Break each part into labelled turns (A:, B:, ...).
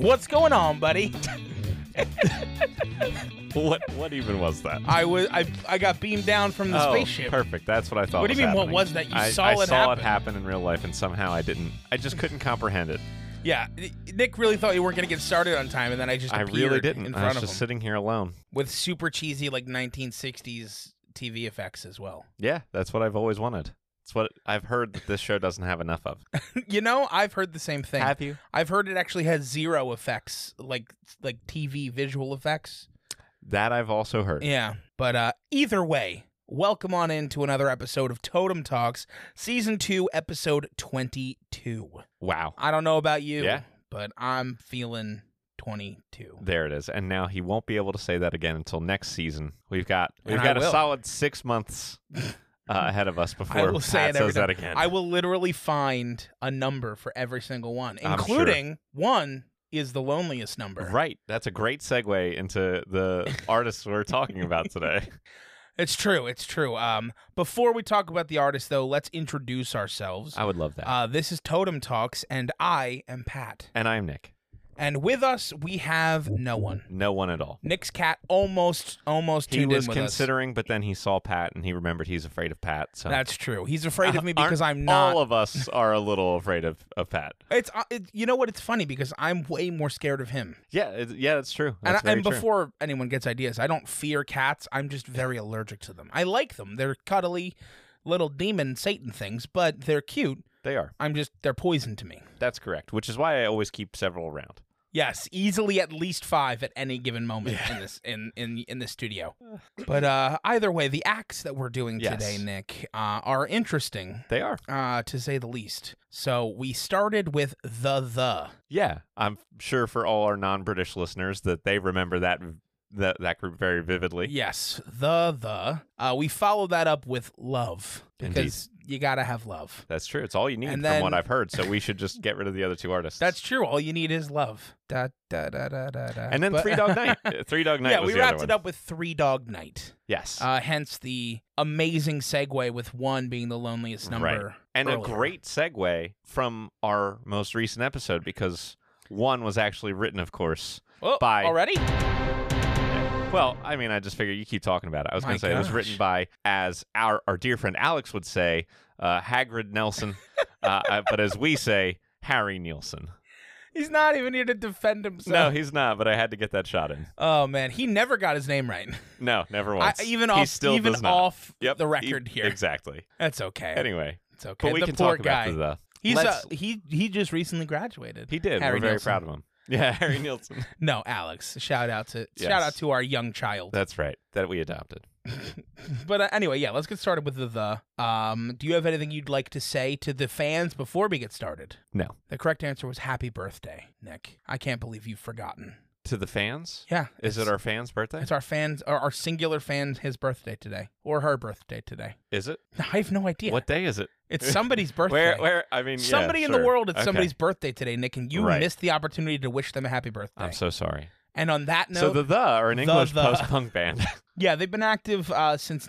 A: What's going on, buddy?
B: What what even was that?
A: I was I I got beamed down from the
B: oh,
A: spaceship.
B: Perfect. That's what I thought.
A: What do you
B: was
A: mean, what
B: happening.
A: was that? You
B: I,
A: saw
B: I
A: it
B: saw
A: happen.
B: it happen in real life, and somehow I didn't. I just couldn't comprehend it.
A: Yeah, Nick really thought you weren't going to get started on time, and then I just
B: I really
A: appeared
B: didn't.
A: in
B: I was
A: front of
B: just
A: him
B: sitting here alone.
A: with super cheesy like 1960s TV effects as well.
B: Yeah, that's what I've always wanted. It's what I've heard that this show doesn't have enough of.
A: you know, I've heard the same thing.
B: have you?
A: I've heard it actually has zero effects, like like TV visual effects.
B: That I've also heard.
A: Yeah, but uh, either way, welcome on in to another episode of Totem Talks, season two, episode twenty-two.
B: Wow.
A: I don't know about you,
B: Yeah.
A: but I'm feeling twenty-two.
B: There it is. And now he won't be able to say that again until next season. We've got we've
A: And I
B: got a
A: will.
B: solid six months uh, ahead of us before
A: I will
B: Pat
A: say it every
B: says that
A: time.
B: again.
A: I will literally find a number for every single one,
B: I'm sure.
A: including one is the loneliest number.
B: Right. That's a great segue into the artists we're talking about today.
A: It's true. It's true. Um, before we talk about the artist, though, let's introduce ourselves.
B: I would love that.
A: Uh, this is Totem Talks, and I am Pat.
B: and I'm Nick.
A: And with us, we have no one.
B: No one at all.
A: Nick's cat almost, almost
B: He
A: tuned
B: was
A: in with us.
B: considering, but then he saw Pat and he remembered he's afraid of Pat. So
A: That's true. He's afraid of me
B: Uh, Aren't
A: because I'm not.
B: all of us are a little afraid of, of Pat.
A: it's uh, it, you know what? It's funny because I'm way more scared of him.
B: Yeah, it, yeah, that's true.
A: And,
B: That's
A: I, and
B: very true.
A: before anyone gets ideas, I don't fear cats. I'm just very allergic to them. I like them. They're cuddly little demon Satan things, but they're cute.
B: they are.
A: I'm just they're poison to me.
B: That's correct. Which is why I always keep several around.
A: Yes, easily at least five at any given moment in this in in in the studio. But uh, either way, the acts that we're doing
B: Yes.
A: today, Nick, uh, are interesting
B: They are.
A: uh, to say the least. So we started with the the.
B: Yeah, I'm sure for all our non-British listeners that they remember that that that group very vividly.
A: Yes, the the. Uh, we followed that up with love
B: Indeed.
A: because you gotta have love.
B: That's true. It's all you need
A: And
B: from
A: then-
B: what I've heard. So we should just get rid of the other two artists.
A: That's true. All you need is love. Da da da da da da.
B: and then
A: But-
B: Three Dog Night. Three Dog Night.
A: yeah,
B: was
A: we
B: the
A: wrapped
B: other
A: it
B: one.
A: up with Three Dog Night.
B: Yes,
A: Uh, hence the amazing segue with one being the loneliest number.
B: Right. and a
A: earlier.
B: great segue from our most recent episode because one was actually written, of course.
A: Oh,
B: by-
A: already?
B: Well, I mean, I just figure you keep talking about it. I was
A: My
B: going to say it was
A: gosh.
B: written by, as our our dear friend Alex would say, uh, Hagrid Nelson, uh, uh, but as we say, Harry Nielsen.
A: He's not even here to defend himself.
B: No, he's not. But I had to get that shot in.
A: Oh man, he never got his name right.
B: No, never
A: I,
B: once.
A: even
B: he
A: off,
B: still
A: even
B: does not.
A: off
B: Yep,
A: the
B: e-
A: record here.
B: Exactly.
A: That's okay.
B: Anyway,
A: it's okay.
B: but we
A: the
B: can
A: poor
B: talk
A: guy.
B: about the.
A: He's uh,
B: Let's-
A: he he just recently graduated.
B: He did.
A: Harry
B: We're very
A: Nielsen.
B: proud of him. Yeah, Harry Nielsen.
A: No, Alex. Shout out to
B: Yes.
A: shout out to our young child.
B: That's right. That we adopted.
A: But uh, anyway, yeah, let's get started with the the. Um, do you have anything you'd like to say to the fans before we get started?
B: No.
A: The correct answer was happy birthday, Nick. I can't believe you've forgotten.
B: To the fans?
A: Yeah.
B: Is
A: it's-
B: it our fans' birthday?
A: It's our fans, our, our singular fan, his birthday today, or her birthday today.
B: Is it?
A: I have no idea.
B: What day is it?
A: It's somebody's birthday.
B: Where? Where? I mean, yeah,
A: Somebody in the
B: sure.
A: world, it's
B: Okay.
A: somebody's birthday today, Nick, and you
B: Right.
A: missed the opportunity to wish them a happy birthday.
B: I'm so sorry.
A: and on that note,
B: so the the are an
A: The
B: English
A: The.
B: post-punk band.
A: yeah, they've been active uh, since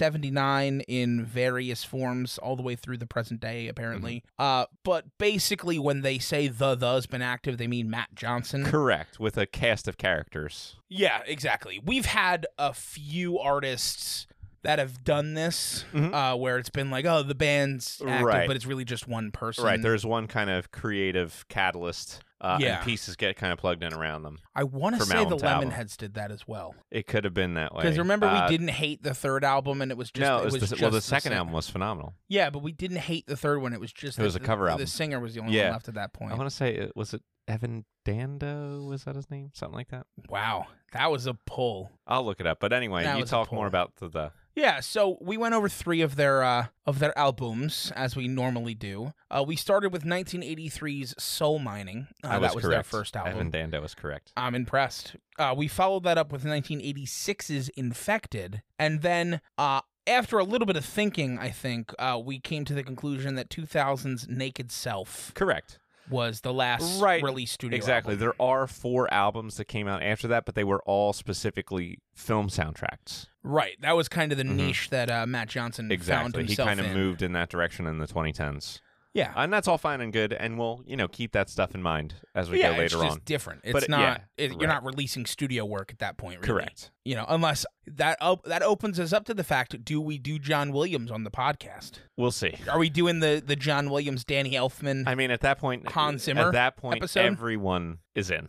A: 1979 in various forms, all the way through the present day, apparently.
B: Mm-hmm.
A: Uh, but basically, when they say the the's been active, they mean Matt Johnson.
B: Correct. With a cast of characters.
A: Yeah, exactly. We've had a few artists that have done this,
B: Mhm.
A: uh, where it's been like, oh, the band's active,
B: Right.
A: but it's really just one person.
B: Right. There's one kind of creative catalyst. Uh,
A: Yeah.
B: And pieces get kind of plugged in around them.
A: I want to
B: from
A: say the
B: album to album.
A: Lemonheads did that as well.
B: It could have been that way.
A: Because remember,
B: Uh,
A: we didn't hate the third album, and it was just
B: no, it was, the,
A: just
B: well, the second
A: sing-
B: album was phenomenal.
A: Yeah, but we didn't hate the third one. It was just
B: It was
A: that
B: a
A: the-
B: cover
A: the,
B: album.
A: singer was the only
B: Yeah.
A: one left at that point.
B: I want to say, it was it Evan Dando? Was that his name? Something like that.
A: Wow, that was a pull.
B: I'll look it up. But anyway,
A: That
B: you
A: was a
B: talk more
A: pull.
B: about the, the
A: Yeah, so we went over three of their uh, of their albums as we normally do. Uh, we started with 1983's Soul Mining. Uh,
B: I
A: that was their
B: correct.
A: first album.
B: Evan Dando was correct.
A: I'm impressed. Uh, we followed that up with 1986's Infected, and then uh, after a little bit of thinking, I think uh, we came to the conclusion that 2000's Naked Self
B: Correct.
A: was the last
B: Right.
A: release studio.
B: Exactly.
A: album.
B: There are four albums that came out after that, but they were all specifically film soundtracks.
A: Right. That was kind of the
B: Mhm.
A: niche that uh, Matt Johnson found
B: Exactly. He
A: himself
B: kind of
A: in.
B: moved in that direction in the 2010s.
A: Yeah.
B: and that's all fine and good. And we'll you know keep that stuff in mind as we
A: yeah,
B: go later
A: it's
B: on.
A: just different. It's
B: But,
A: not
B: yeah,
A: it,
B: right.
A: you're not releasing studio work at that point, really.
B: Correct.
A: You know, unless that op- that opens us up to the fact: Do we do John Williams on the podcast?
B: We'll see.
A: Are we doing the the John Williams, Danny Elfman?
B: I mean, at that point,
A: Hans Zimmer
B: At that point,
A: episode?
B: everyone is in.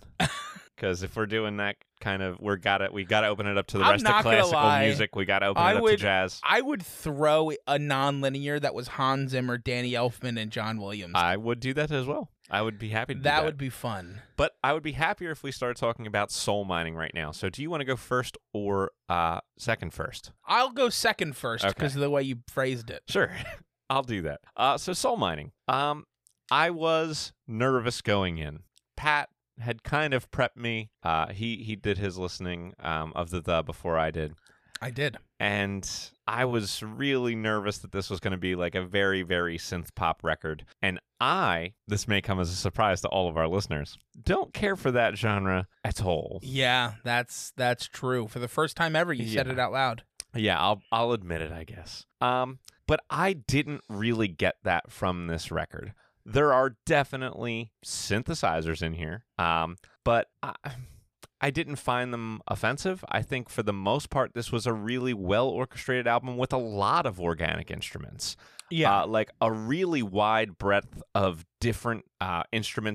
B: Because if we're doing that kind of, we're gotta we gotta open it up to the
A: I'm
B: rest of
A: not gonna
B: classical
A: lie.
B: music. We gotta open
A: I
B: it up
A: would-
B: to jazz.
A: I would throw a non-linear that was Hans Zimmer, Danny Elfman, and John Williams.
B: I would do that as well. I would be happy to do
A: that,
B: that.
A: would be fun.
B: But I would be happier if we started talking about soul mining right now. So, do you want to go first or uh, second first?
A: I'll go second first
B: Okay.
A: because of the way you phrased it.
B: Sure, I'll do that. Uh, so, soul mining. Um, I was nervous going in. Pat had kind of prepped me. Uh, he he did his listening um, of the the before I did,
A: I did.
B: and I was really nervous that this was going to be like a very very synth pop record. And I, this may come as a surprise to all of our listeners, don't care for that genre at all.
A: Yeah, that's that's true. For the first time ever, you said
B: Yeah.
A: it out loud.
B: Yeah, I'll I'll admit it, I guess. Um, but I didn't really get that from this record. There are definitely synthesizers in here, um, but I, I didn't find them offensive. I think for the most part, this was a really well orchestrated album with a lot of organic instruments. Uh, like a really wide breadth of different uh,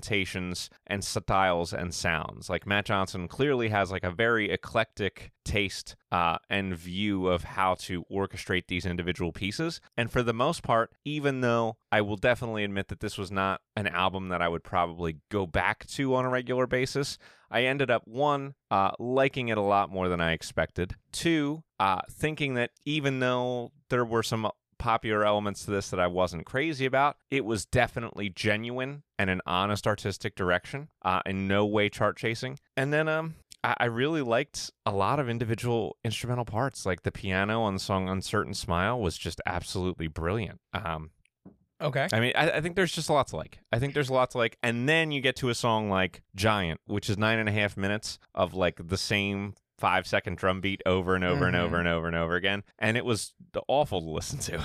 B: instrumentations and styles and sounds. Like Matt Johnson clearly has like a very eclectic taste uh, and view of how to orchestrate these individual pieces. And for the most part, even though I will definitely admit that this was not an album that I would probably go back to on a regular basis, I ended up one uh, liking it a lot more than I expected. Two, uh, thinking that even though there were some popular elements to this that I wasn't crazy about, it was definitely genuine and an honest artistic direction, uh, in no way chart chasing. And then um, I, I really liked a lot of individual instrumental parts, like the piano on the song "Uncertain Smile" was just absolutely brilliant. Um,
A: okay.
B: I mean, I, I think there's just a lot to like. I think there's a lot to like, and then you get to a song like "Giant," which is nine and a half minutes of like the same five second drum beat over and over and
A: Mhm.
B: over and over and over again, and it was awful to listen to.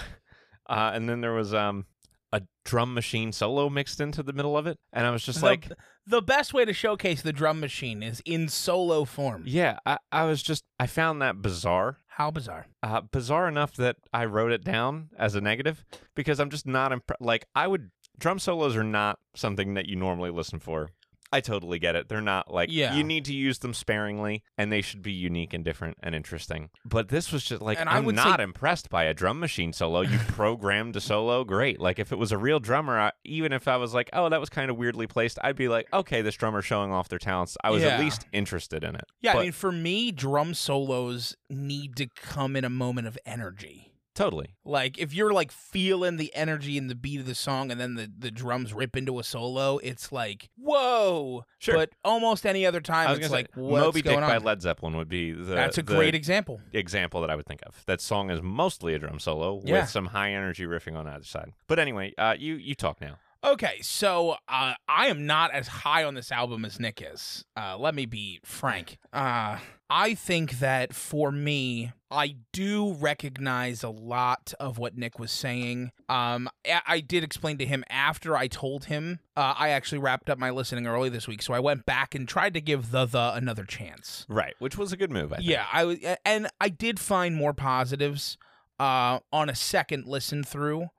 B: Uh, and then there was um a drum machine solo mixed into the middle of it, and I was just
A: The-
B: like,
A: the best way to showcase the drum machine is in solo form.
B: yeah, I, I was just I found that bizarre.
A: How bizarre.
B: uh, bizarre enough that I wrote it down as a negative because I'm just not impre- like I would drum solos are not something that you normally listen for. I totally get it. They're not like
A: Yeah.
B: you need to use them sparingly and they should be unique and different and interesting. But this was just like
A: And I
B: I'm
A: would say-
B: not impressed by a drum machine solo. You programmed a solo, great. Like if it was a real drummer, I, even if I was like, "Oh, that was kind of weirdly placed," I'd be like, "Okay, this drummer's showing off their talents." I was
A: Yeah.
B: at least interested in it.
A: Yeah,
B: But-
A: I mean, for me, drum solos need to come in a moment of energy.
B: Totally.
A: Like, if you're like feeling the energy in the beat of the song and then the, the drums rip into a solo, it's like, whoa.
B: Sure.
A: But almost any other time,
B: gonna
A: it's
B: say,
A: like, what's
B: Moby
A: going
B: Dick
A: on?
B: by Led Zeppelin would be the
A: That's a
B: the
A: great e-, example.
B: example that I would think of. That song is mostly a drum solo
A: Yeah.
B: with some high energy riffing on either side. But anyway, uh, you you talk now.
A: Okay, so uh, I am not as high on this album as Nick is. Uh, let me be frank. Uh, I think that for me, I do recognize a lot of what Nick was saying. Um, I, I did explain to him after I told him. Uh, I actually wrapped up my listening early this week, so I went back and tried to give the the another chance.
B: Right, which was a good move. I think.
A: Yeah, I was, and I did find more positives uh, on a second listen through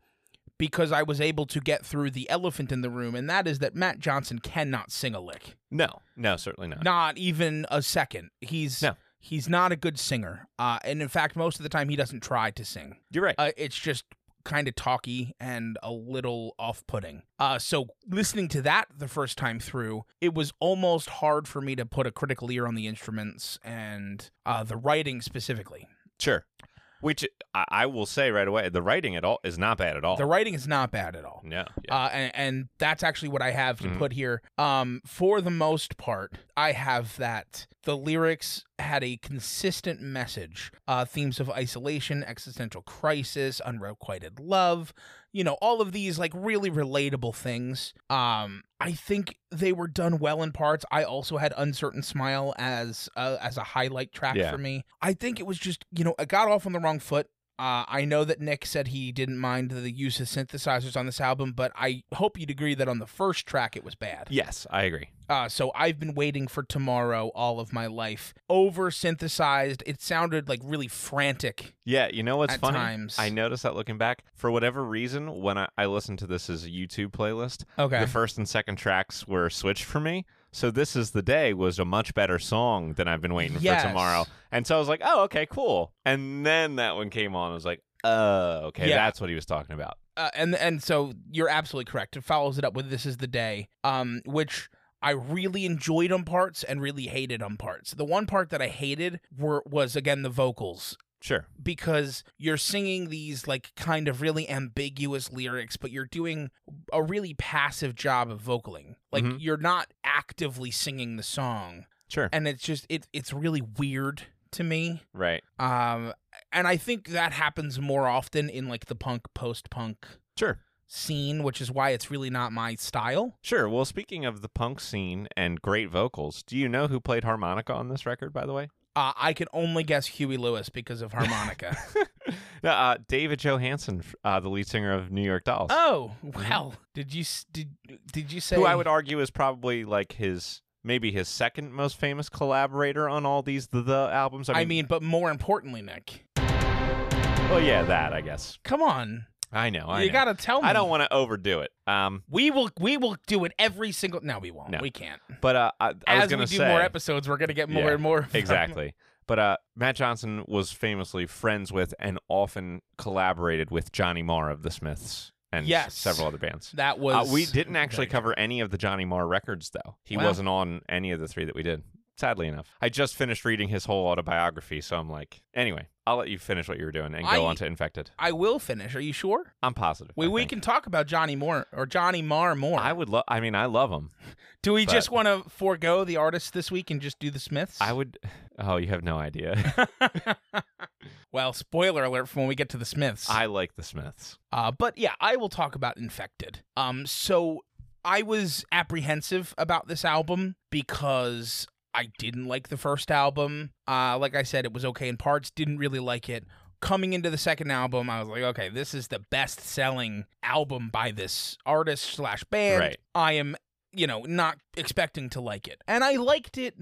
A: because I was able to get through the elephant in the room, and that is that Matt Johnson cannot sing a lick,
B: No, no, certainly not.
A: not even a second. He's
B: No.
A: he's not a good singer, uh, and in fact, most of the time he doesn't try to sing.
B: You're right.
A: Uh, it's just kind of talky and a little off putting. Uh, so, listening to that the first time through, it was almost hard for me to put a critical ear on the instruments and uh, the writing specifically.
B: sure. Which I, I will say right away, the writing at all is not bad at all.
A: The writing is not bad at all.
B: no. Yeah.
A: Uh, and, and that's actually what I have to
B: Mhm.
A: put here. Um, for the most part, I have that the lyrics had a consistent message. Uh, themes of isolation, existential crisis, unrequited love, you know, all of these like really relatable things. Um, I think they were done well in parts. I also had uncertain smile as uh, as a highlight track
B: Yeah.
A: for me. I think it was just you know it got off on the wrong foot. Uh, I know that Nick said he didn't mind the use of synthesizers on this album, but I hope you'd agree that on the first track it was bad.
B: Yes, I agree.
A: Uh, so I've been waiting for tomorrow all of my life. Over synthesized. It sounded like really frantic
B: Yeah, you know what's
A: at
B: funny?
A: times.
B: I noticed that looking back. For whatever reason, when I, I listened to this as a YouTube playlist,
A: Okay.
B: the first and second tracks were switched for me. So This Is the Day was a much better song than I've been waiting
A: Yes.
B: for tomorrow. And so I was like, oh, okay, cool. And then that one came on. I was like, oh, okay,
A: Yeah.
B: that's what he was talking about.
A: uh, and and so you're absolutely correct. It follows it up with "This Is the Day," um, which I really enjoyed on parts and really hated on parts. The one part that I hated were was again the vocals
B: Sure.
A: because you're singing these like kind of really ambiguous lyrics, but you're doing a really passive job of vocaling. Like
B: Mhm.
A: you're not actively singing the song,
B: Sure.
A: and it's just it it's really weird to me.
B: right.
A: Um, and I think that happens more often in like the punk post punk
B: Sure.
A: scene, which is why it's really not my style.
B: Sure. Well, speaking of the punk scene and great vocals, do you know who played harmonica on this record, by the way?
A: Uh, I can only guess Huey Lewis because of harmonica.
B: Mm-hmm. no, uh, David Johansen, f- uh, the lead singer of New York Dolls,
A: oh well, did you s- did did you say
B: who I would argue is probably like his maybe his second most famous collaborator on all these the, the albums.
A: I mean, but more importantly, Nick,
B: well, yeah, that I guess.
A: come on,
B: I know. I
A: you
B: know.
A: gotta tell me.
B: I don't want to overdo it. Um,
A: We will we will do it every single. No, we won't.
B: No.
A: We can't.
B: but uh, I, I
A: As
B: was gonna
A: we do
B: say
A: more episodes, we're gonna get more
B: Yeah,
A: and more.
B: exactly. But uh, Matt Johnson was famously friends with and often collaborated with Johnny Marr of the Smiths and s-
A: Yes.
B: several other bands.
A: That
B: Uh,
A: was
B: we didn't actually
A: Okay.
B: cover any of the Johnny Marr records, though. He
A: Wow.
B: wasn't on any of the three that we did, sadly enough. I just finished reading his whole autobiography, so I'm like, anyway, I'll let you finish what you were doing and go
A: I-
B: on to Infected.
A: I will finish. Are you sure?
B: I'm positive.
A: We
B: I
A: we
B: think.
A: can talk about Johnny Moore or Johnny Marr more.
B: I would love. I mean, I love him.
A: do we
B: but-
A: just want to forego the artists this week and just do the Smiths?
B: I would. Oh, you have no idea.
A: well, spoiler alert for when we get to the Smiths.
B: I like the Smiths.
A: uh, but yeah, I will talk about Infected. Um, so I was apprehensive about this album because I didn't like the first album. Uh, like I said, it was okay in parts. Didn't really like it. Coming into the second album, I was like, okay, this is the best selling album by this artist slash band.
B: Right.
A: I am, you know, not expecting to like it, and I liked it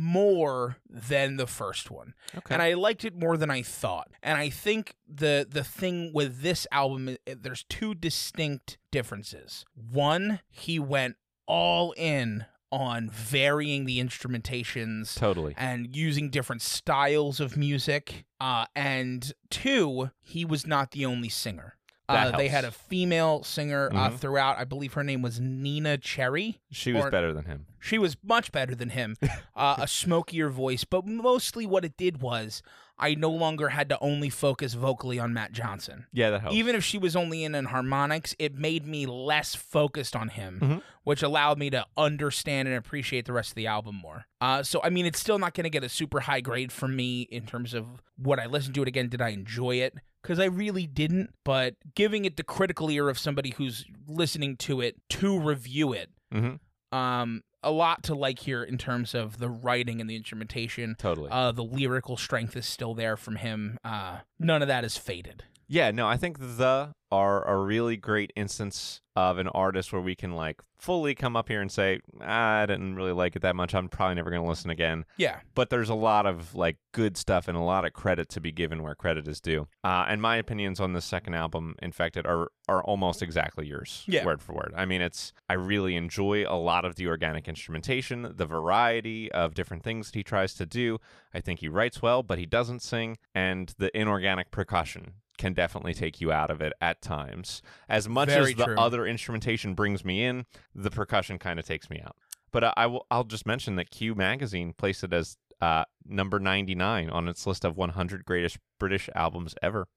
A: more than the first one
B: Okay.
A: and I liked it more than I thought. And I think the the thing with this album, i- there's two distinct differences. One, he went all in on varying the instrumentations
B: totally.
A: and using different styles of music. Uh, and two, he was not the only singer.
B: That
A: Uh, they
B: helps.
A: had a female singer uh,
B: Mhm.
A: throughout. I believe her name was Nina Cherry.
B: She was
A: or-
B: better than him.
A: She was much better than him, uh, a smokier voice, but mostly what it did was I no longer had to only focus vocally on Matt Johnson.
B: Yeah, that helps.
A: Even if she was only in on harmonics, it made me less focused on him,
B: Mhm.
A: which allowed me to understand and appreciate the rest of the album more. Uh, so, I mean, it's still not going to get a super high grade from me in terms of what I listened to it again. Did I enjoy it? Because I really didn't. But giving it the critical ear of somebody who's listening to it to review it
B: Mhm.
A: um a lot to like here in terms of the writing and the instrumentation
B: Totally.
A: uh the lyrical strength is still there from him uh none of that is faded
B: Yeah, no, I think the are a really great instance of an artist where we can like fully come up here and say, "Ah, I didn't really like it that much. I'm probably never going to listen again.
A: yeah
B: But there's a lot of like good stuff and a lot of credit to be given where credit is due. Uh, and my opinions on the second album, Infected, are are almost exactly yours,
A: Yeah.
B: word for word. I mean, it's I really enjoy a lot of the organic instrumentation, the variety of different things that he tries to do. I think he writes well, but he doesn't sing, and the inorganic percussion can definitely take you out of it at times. As much
A: Very
B: as the
A: true.
B: other instrumentation brings me in, the percussion kind of takes me out. But uh, I will. I'll just mention that Q magazine placed it as uh, number 99 on its list of 100 greatest British albums ever.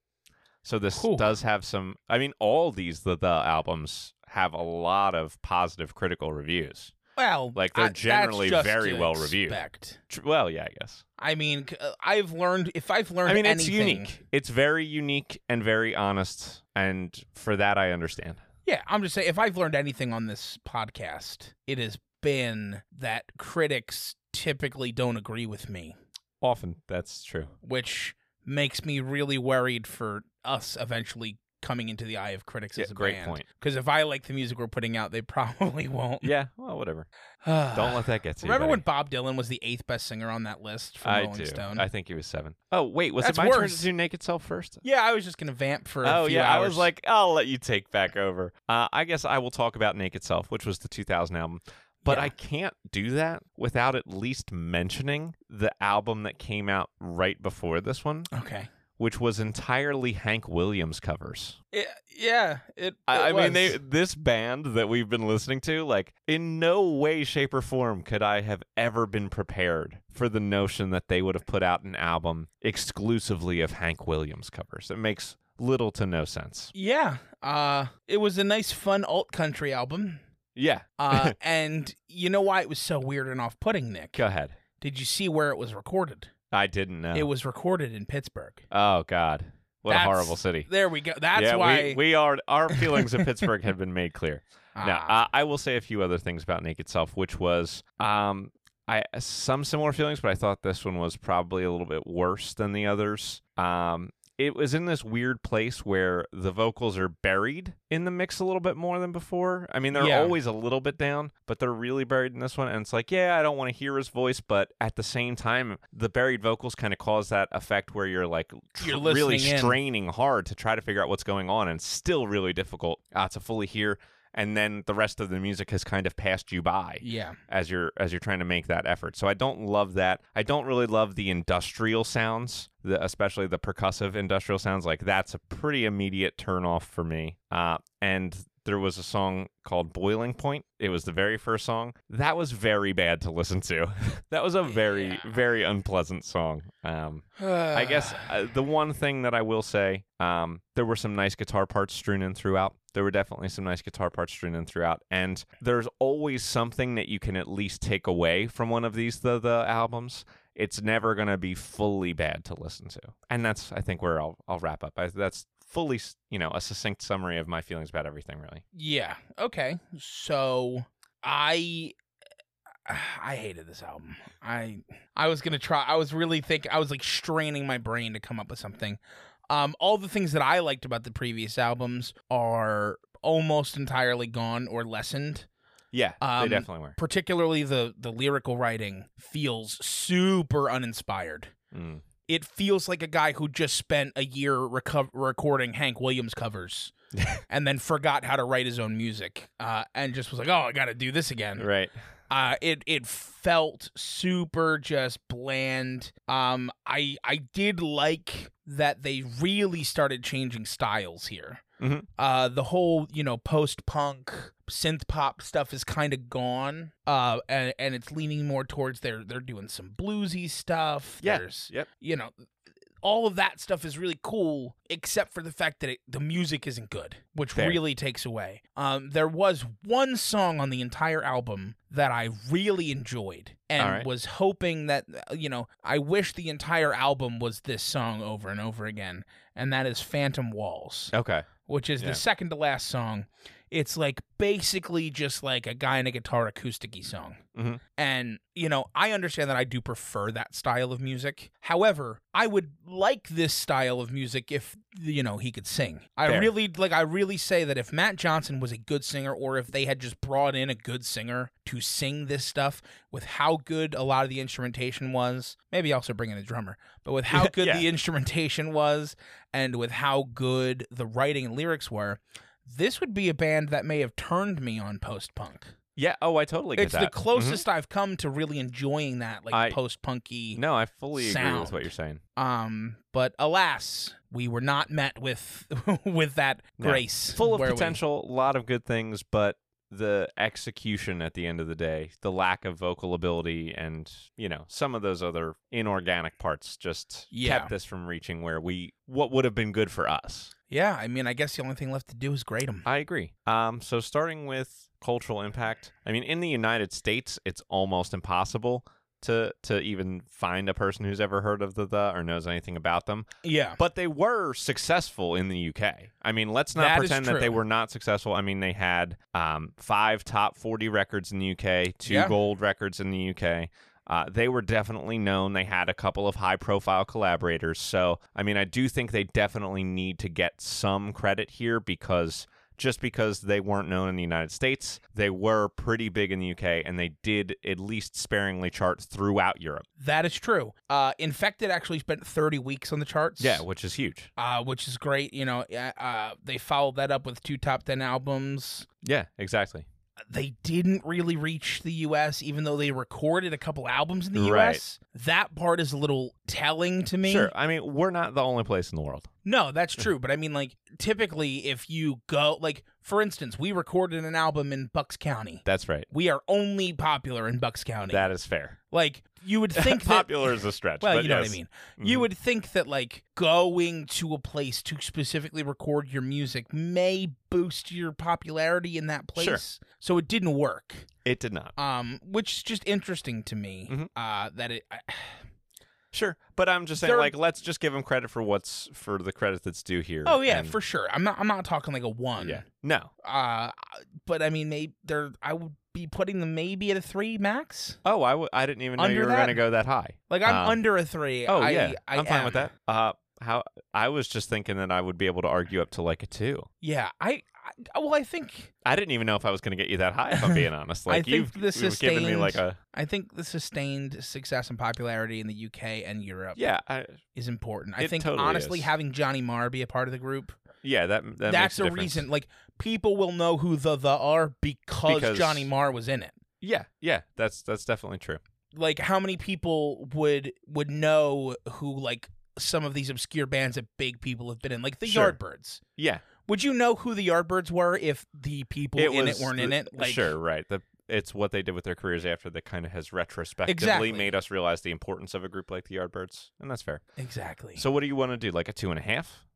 B: So this
A: Cool.
B: does have some. I mean, all these the the albums have a lot of positive critical reviews.
A: well
B: Like, they're
A: I- that's
B: generally
A: just
B: very
A: to
B: well reviewed.
A: expect.
B: Tr- Well, yeah, I guess.
A: i mean c- uh, i've learned if i've learned
B: I mean, it's
A: anything,
B: unique. It's very unique and very honest, and for that I understand.
A: yeah i'm just saying if i've learned anything on this podcast it has been that critics typically don't agree with me
B: Often that's true.
A: which makes me really worried for us eventually coming into the eye of critics
B: Yeah,
A: as a
B: great
A: band.
B: point.
A: Because if I like the music we're putting out, they probably won't.
B: Yeah, well, whatever. Don't
A: Don't
B: let that get to
A: Remember
B: you.
A: when Bob
B: buddy.
A: Dylan was the eighth best singer on that list for
B: I
A: Rolling
B: do.
A: Stone?
B: I think he was seven. Oh wait, was
A: That's
B: it my turn
A: worse.
B: to do naked self first?
A: yeah, I was just gonna vamp for. a
B: Oh
A: few
B: yeah, I was
A: hours.
B: like, I'll let you take back over. Uh, I guess I will talk about Naked Self, which was the 2000 album, but
A: Yeah.
B: I can't do that without at least mentioning the album that came out right before this one,
A: okay,
B: which was entirely Hank Williams covers.
A: it, yeah, it.
B: I, I
A: it
B: mean, they,
A: was.
B: this band that we've been listening to, like, in no way, shape, or form could I have ever been prepared for the notion that they would have put out an album exclusively of Hank Williams covers. It makes little to no sense.
A: Yeah, uh, it was a nice, fun alt country album.
B: Yeah,
A: Uh, and you know why it was so weird and off-putting, Nick?
B: go ahead.
A: Did you see where it was recorded?
B: I didn't know.
A: It was recorded in Pittsburgh.
B: oh God, what a
A: That's-
B: horrible city.
A: There we go. That's
B: yeah,
A: why.
B: we, we are our feelings of Pittsburgh have been made clear. Now,
A: Ah,
B: uh, I will say a few other things about Naked Self, which was um, I some similar feelings, but I thought this one was probably a little bit worse than the others. Um, it was in this weird place where the vocals are buried in the mix a little bit more than before. I mean, they're
A: Yeah.
B: always a little bit down, but they're really buried in this one. And it's like, yeah, I don't want to hear his voice, but at the same time, the buried vocals kind of cause that effect where you're like tr-
A: You're
B: really
A: listening in.
B: straining hard to try to figure out what's going on, and still really difficult uh, to fully hear and then the rest of the music has kind of passed you by
A: yeah.
B: as you're as you're trying to make that effort. So I don't love that. I don't really love the industrial sounds, the, especially the percussive industrial sounds. Like that's a pretty immediate turn off for me. Uh, and there was a song called Boiling Point. It was the very first song. That was very bad to listen to. that was a very
A: Yeah.
B: very unpleasant song. Um, I guess uh, the one thing that I will say, um, there were some nice guitar parts strewn in throughout. There were definitely some nice guitar parts strewn in throughout, and there's always something that you can at least take away from one of these the the albums. It's never gonna be fully bad to listen to, and that's I think where I'll I'll wrap up. I, that's fully s- you know a succinct summary of my feelings about everything really.
A: Yeah. Okay. So I I hated this album. I I was gonna try. I was really think. I was like straining my brain to come up with something. Um, all the things that I liked about the previous albums are almost entirely gone or lessened.
B: Yeah,
A: Um,
B: they definitely were.
A: Particularly the the lyrical writing feels super uninspired.
B: Mm.
A: It feels like a guy who just spent a year reco- recording Hank Williams covers and then forgot how to write his own music uh, and just was like, oh, I got to do this again.
B: Right.
A: Uh, it it felt super just bland. Um, I I did like that they really started changing styles here.
B: Mhm.
A: Uh, the whole you know post punk synth pop stuff is kind of gone. Uh, and, and it's leaning more towards they're they're doing some bluesy stuff.
B: Yeah.
A: There's
B: Yep.
A: you know all of that stuff is really cool except for the fact that it, the music isn't good which
B: Fair.
A: really takes away um, there was one song on the entire album that i really enjoyed and
B: All right.
A: was hoping that uh, you know i wish the entire album was this song over and over again and that is phantom walls
B: Okay.
A: which is
B: Yeah.
A: the second to last song. It's like basically just like a guy and a guitar acoustic y song.
B: Mhm.
A: And, you know, I understand that I do prefer that style of music. However, I would like this style of music if, you know, he could sing. I
B: Fair.
A: really, like, I really say that if Matt Johnson was a good singer or if they had just brought in a good singer to sing this stuff with how good a lot of the instrumentation was, maybe also bring in a drummer, but with how good
B: Yeah.
A: the instrumentation was and with how good the writing and lyrics were, this would be a band that may have turned me on post punk.
B: Yeah. Oh, I totally get
A: It's
B: that.
A: the
B: Mhm.
A: closest I've come to really enjoying that
B: I-
A: like post punky.
B: No, I fully agree with
A: sound.
B: what you're saying.
A: Um, but alas, we were not met with with that
B: No.
A: grace.
B: full of
A: were we?
B: potential, a lot of good things, but the execution at the end of the day, the lack of vocal ability, and you know some of those other inorganic parts just
A: Yeah.
B: kept this from reaching where we what would have been good for us.
A: Yeah, I mean, I guess the only thing left to do is grade them.
B: I agree. Um, so starting with cultural impact, I mean, in the United States, it's almost impossible. To, to even find a person who's ever heard of the, the or knows anything about them.
A: yeah,
B: But they were successful in the UK. I mean, let's not
A: That is
B: pretend that they
A: true.
B: were not successful. I mean, they had um, five top 40 records in the UK, two
A: Yeah.
B: gold records in the UK. Uh, they were definitely known. They had a couple of high profile collaborators. So, I mean, I do think they definitely need to get some credit here because just because they weren't known in the United States, they were pretty big in the UK and they did at least sparingly chart throughout Europe.
A: That is true. Uh, Infected actually spent 30 weeks on the charts.
B: Yeah, which is huge.
A: Uh, which is great. You know, uh, uh, they followed that up with two top 10 albums.
B: Yeah, exactly.
A: They didn't really reach the US, even though they recorded a couple albums in the
B: Right.
A: US. That part is a little telling to me.
B: Sure. I mean, we're not the only place in the world.
A: No, that's true. But I mean, like, typically, if you go, like, for instance, we recorded an album in Bucks County.
B: That's right.
A: We are only popular in Bucks County.
B: That is fair.
A: like, you would think that.
B: Popular is a stretch.
A: Well,
B: but
A: you know
B: yes.
A: what I mean. You
B: Mhm.
A: would think that like going to a place to specifically record your music may boost your popularity in that place.
B: Sure.
A: So it didn't work.
B: It did not.
A: Um, which is just interesting to me.
B: Mhm.
A: Uh, that it. I,
B: Sure, but I'm just saying,
A: They're-
B: like, let's just give him credit for what's for the credit that's due here.
A: oh yeah,
B: and-
A: for sure. I'm not. I'm not talking like a one.
B: yeah. No.
A: Uh, but I mean, maybe they're. I would be putting them maybe at a three max.
B: Oh, I w- I didn't even know
A: Under
B: you were
A: that?
B: gonna go that high.
A: Like I'm
B: Um,
A: under a three.
B: Oh
A: I,
B: yeah,
A: I
B: am fine with
A: am.
B: that. Uh, how I was just thinking that I would be able to argue up to like a two.
A: Yeah. I. I well, I think.
B: I didn't even know if I was gonna get you that high. If I'm being honest,
A: I
B: like
A: think
B: you've,
A: this
B: you've given me
A: sustained-
B: like a
A: I think the sustained success and popularity in the UK and Europe.
B: yeah, I,
A: is important. I
B: It
A: think
B: totally
A: honestly
B: is.
A: having Johnny Marr be a part of the group
B: yeah. That,
A: that's
B: that makes a,
A: a
B: difference.
A: reason like people will know who the the are because,
B: Because-
A: Johnny Marr was in it.
B: Yeah, yeah. That's that's definitely true.
A: Like how many people would would know who like some of these obscure bands that big people have been in like the
B: Sure.
A: Yardbirds.
B: Yeah,
A: Would you know who the Yardbirds were if the people
B: It
A: in it
B: was
A: weren't in
B: the-
A: it? Like
B: sure, right. The, it's what they did with their careers after that kind of has retrospectively
A: Exactly.
B: made us realize the importance of a group like the Yardbirds, and that's fair.
A: exactly. So
B: So, what do you want to do? Like a two and a half?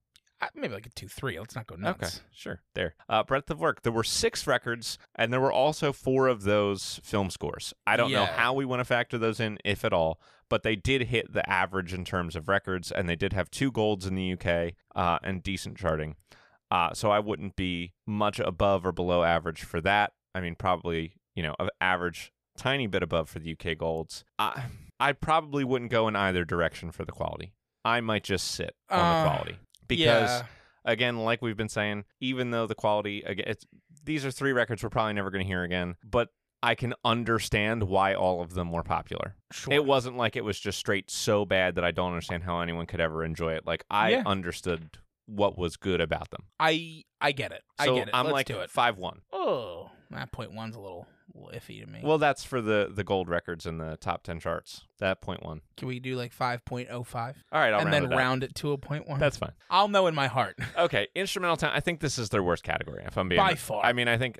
A: maybe like a 2 3. Let's not go nuts.
B: Okay, sure. There. Uh, breadth of work. There were six records, and there were also four of those film scores. I don't know
A: Yeah.
B: how we want to factor those in, if at all, but they did hit the average in terms of records, and they did have two golds in the UK uh, and decent charting. Uh, so I wouldn't be much above or below average for that. I mean, probably, you know, of average, tiny bit above for the UK golds. I, I probably wouldn't go in either direction for the quality. I might just sit on
A: Uh,
B: the quality because
A: Yeah.
B: again, like we've been saying, even though the quality, again, it's, these are three records we're probably never going to hear again, but I can understand why all of them were popular.
A: sure.
B: It wasn't like it was just straight so bad that I don't understand how anyone could ever enjoy it. Like I
A: Yeah.
B: understood what was good about them.
A: I I get it. I
B: So
A: get it.
B: I'm
A: Let's
B: like
A: do it.
B: five one.
A: Oh, that point one's a little, little iffy to me.
B: Well, that's for the the gold records in the top ten charts. That point one.
A: Can we do like 5.05
B: All right, I'll
A: and
B: round
A: then
B: it up.
A: round it to a point one?
B: That's fine.
A: I'll know in my heart.
B: Okay, instrumental time. I think this is their worst category. If I'm being
A: By far.
B: I mean, I think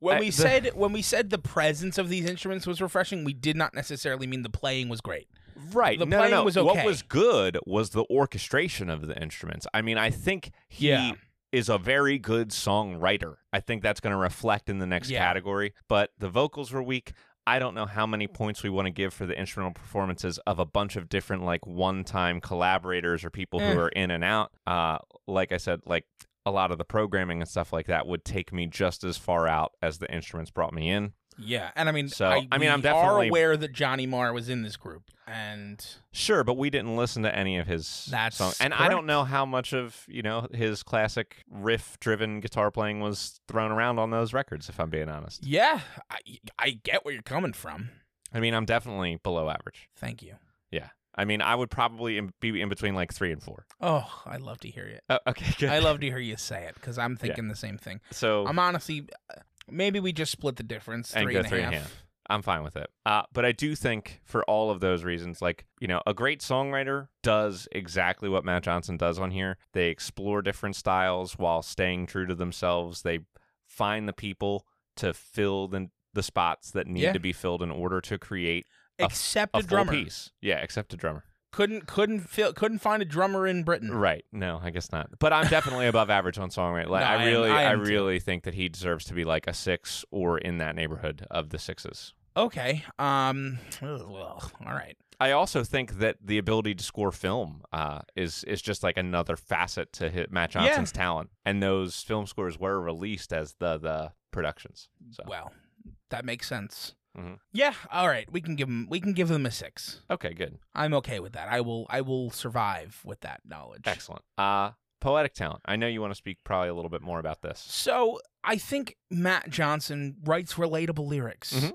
A: When
B: I-
A: we
B: the-
A: said when we said the presence of these instruments was refreshing, we did not necessarily mean the playing was great.
B: Right.
A: The
B: no,
A: playing
B: no, no.
A: was okay.
B: What was good was the orchestration of the instruments. I mean, I think he
A: Yeah.
B: is a very good songwriter. I think that's going to reflect in the next
A: Yeah.
B: category. But the vocals were weak. I don't know how many points we want to give for the instrumental performances of a bunch of different, like, one time collaborators or people
A: Eh.
B: who are in and out. Uh, like I said, like, a lot of the programming and stuff like that would take me just as far out as the instruments brought me in.
A: Yeah, and I mean,
B: So,
A: I,
B: I
A: we
B: mean, I'm
A: are
B: definitely-
A: aware that Johnny Marr was in this group, and
B: Sure, but we didn't listen to any of his
A: That's
B: songs, and I don't know how much of you know his classic riff-driven guitar playing was thrown around on those records. If I'm being honest,
A: yeah, I, I get where you're coming from.
B: I mean I'm definitely below average.
A: Thank you.
B: I mean I would probably in- be in between like three and four.
A: Oh, I love to hear it.
B: Uh, okay, good.
A: I love to hear you say it because I'm thinking the same thing.
B: so
A: I'm honestly, uh, maybe we just split the difference
B: Oh. And
A: three
B: go
A: and a half.
B: three and a half. I'm fine with it. Uh, but I do think for all of those reasons, like, you know, a great songwriter does exactly what Matt Johnson does on here. They explore different styles while staying true to themselves. They find the people to fill the, the spots that need
A: Yeah.
B: to be filled in order to create A f-
A: Except
B: a
A: a
B: full
A: drummer.
B: piece. Yeah, except a drummer.
A: couldn't couldn't feel couldn't find a drummer in Britain.
B: Right. No, I guess not. But I'm definitely above average on songwriting. Like,
A: No, I
B: I
A: am-
B: really
A: I
B: I
A: am too.
B: really think that he deserves to be like a 6 or in that neighborhood of the 6s.
A: Okay. Um. ugh, Well, all right.
B: I also think that the ability to score film uh, is is just like another facet to hit Matt
A: Yeah.
B: Johnson's talent, and those film scores were released as the the productions. So
A: Well, that makes sense.
B: Mhm.
A: Yeah, all right. We can give them. We can give them a six.
B: Okay, good.
A: I'm okay with that. I will. I will survive with that knowledge.
B: Excellent. Uh, poetic talent. I know you want to speak probably a little bit more about this.
A: So I think Matt Johnson writes relatable lyrics.
B: Mhm.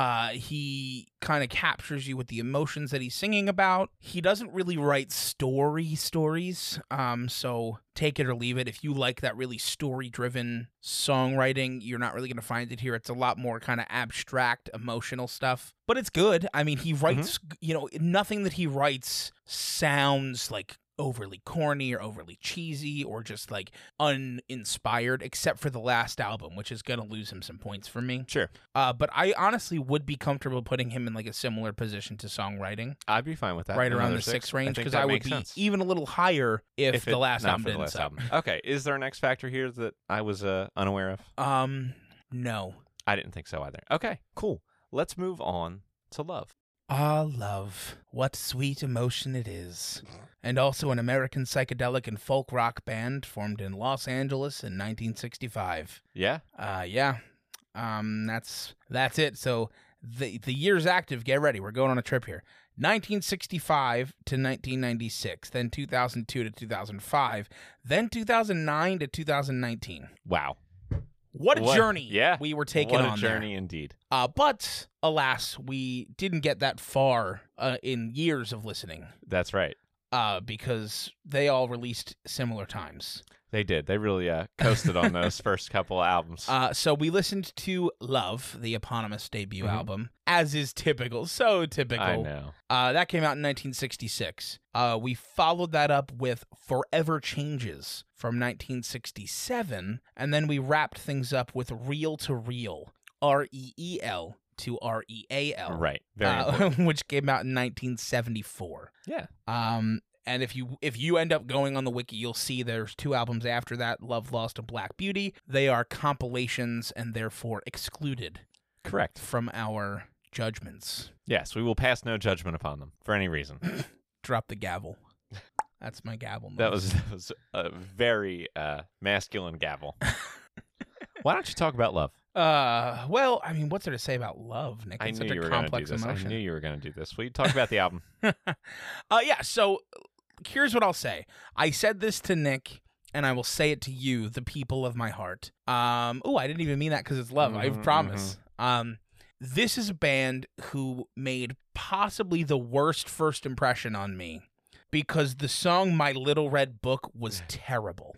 A: Uh, he kind of captures you with the emotions that he's singing about. He doesn't really write story stories. Um, so take it or leave it. If you like that really story driven songwriting, you're not really going to find it here. It's a lot more kind of abstract, emotional stuff, but it's good. I mean, he writes, you know, nothing that he writes sounds like overly corny or overly cheesy or just like uninspired, except for the last album, which is going to lose him some points for me.
B: Sure.
A: Uh, but I honestly would be comfortable putting him in like a similar position to songwriting,
B: I'd be fine with that.
A: right around
B: Another
A: the six, range,
B: think
A: because
B: that
A: I, would
B: makes
A: be
B: sense.
A: even a little higher if,
B: it-
A: the last
B: not
A: album
B: for the
A: didn't
B: last
A: suck.
B: album. Okay, is there an X factor here that I was uh, unaware of?
A: Um, no.
B: I didn't think so either. Okay, cool. Let's move on to love.
A: Ah, love, what sweet emotion it is. And also an American psychedelic and folk rock band formed in Los Angeles in 1965.
B: Yeah.
A: Uh, yeah. Um, that's that's it. So the the year's active. Get ready. We're going on a trip here. 1965 to 1996, then 2002 to 2005, then 2009 to 2019.
B: Wow.
A: What a
B: What-
A: journey!
B: yeah.
A: we were taking
B: what
A: on
B: a
A: there.
B: journey indeed.
A: Uh, but alas, we didn't get that far uh, in years of listening
B: That's right.
A: uh, because they all released similar times.
B: They did. They really uh, coasted on those first couple albums.
A: Uh, so we listened to Love, the eponymous debut
B: Mhm.
A: album, as is typical, so typical.
B: I know.
A: Uh, that came out in 1966. Uh, we followed that up with Forever Changes from 1967, and then we wrapped things up with Real to Real, R E E L to R E A L.
B: Right. Very
A: uh,
B: important.
A: which came out in 1974.
B: Yeah.
A: Um, and if you if you end up going on the wiki, you'll see there's two albums after that, Love Lost and Black Beauty. They are compilations and therefore excluded
B: Correct.
A: from our judgments.
B: Yes, we will pass no judgment upon them for any reason.
A: Drop the gavel. That's my gavel. noise.
B: That was that was a very uh, masculine gavel. Why don't you talk about love?
A: Uh, well, I mean, what's there to say about love, Nick? It's
B: I
A: such
B: knew you
A: a
B: were going to do
A: complex
B: this. I
A: emotion.
B: knew you were going to do this. Will you talk about the album?
A: uh, yeah. So here's what I'll say. I said this to Nick, and I will say it to you, the people of my heart. Um. Oh, I didn't even mean that because it's love. I
B: Mhm,
A: promise. Um. This is a band who made possibly the worst first impression on me because the song "My Little Red Book" was terrible.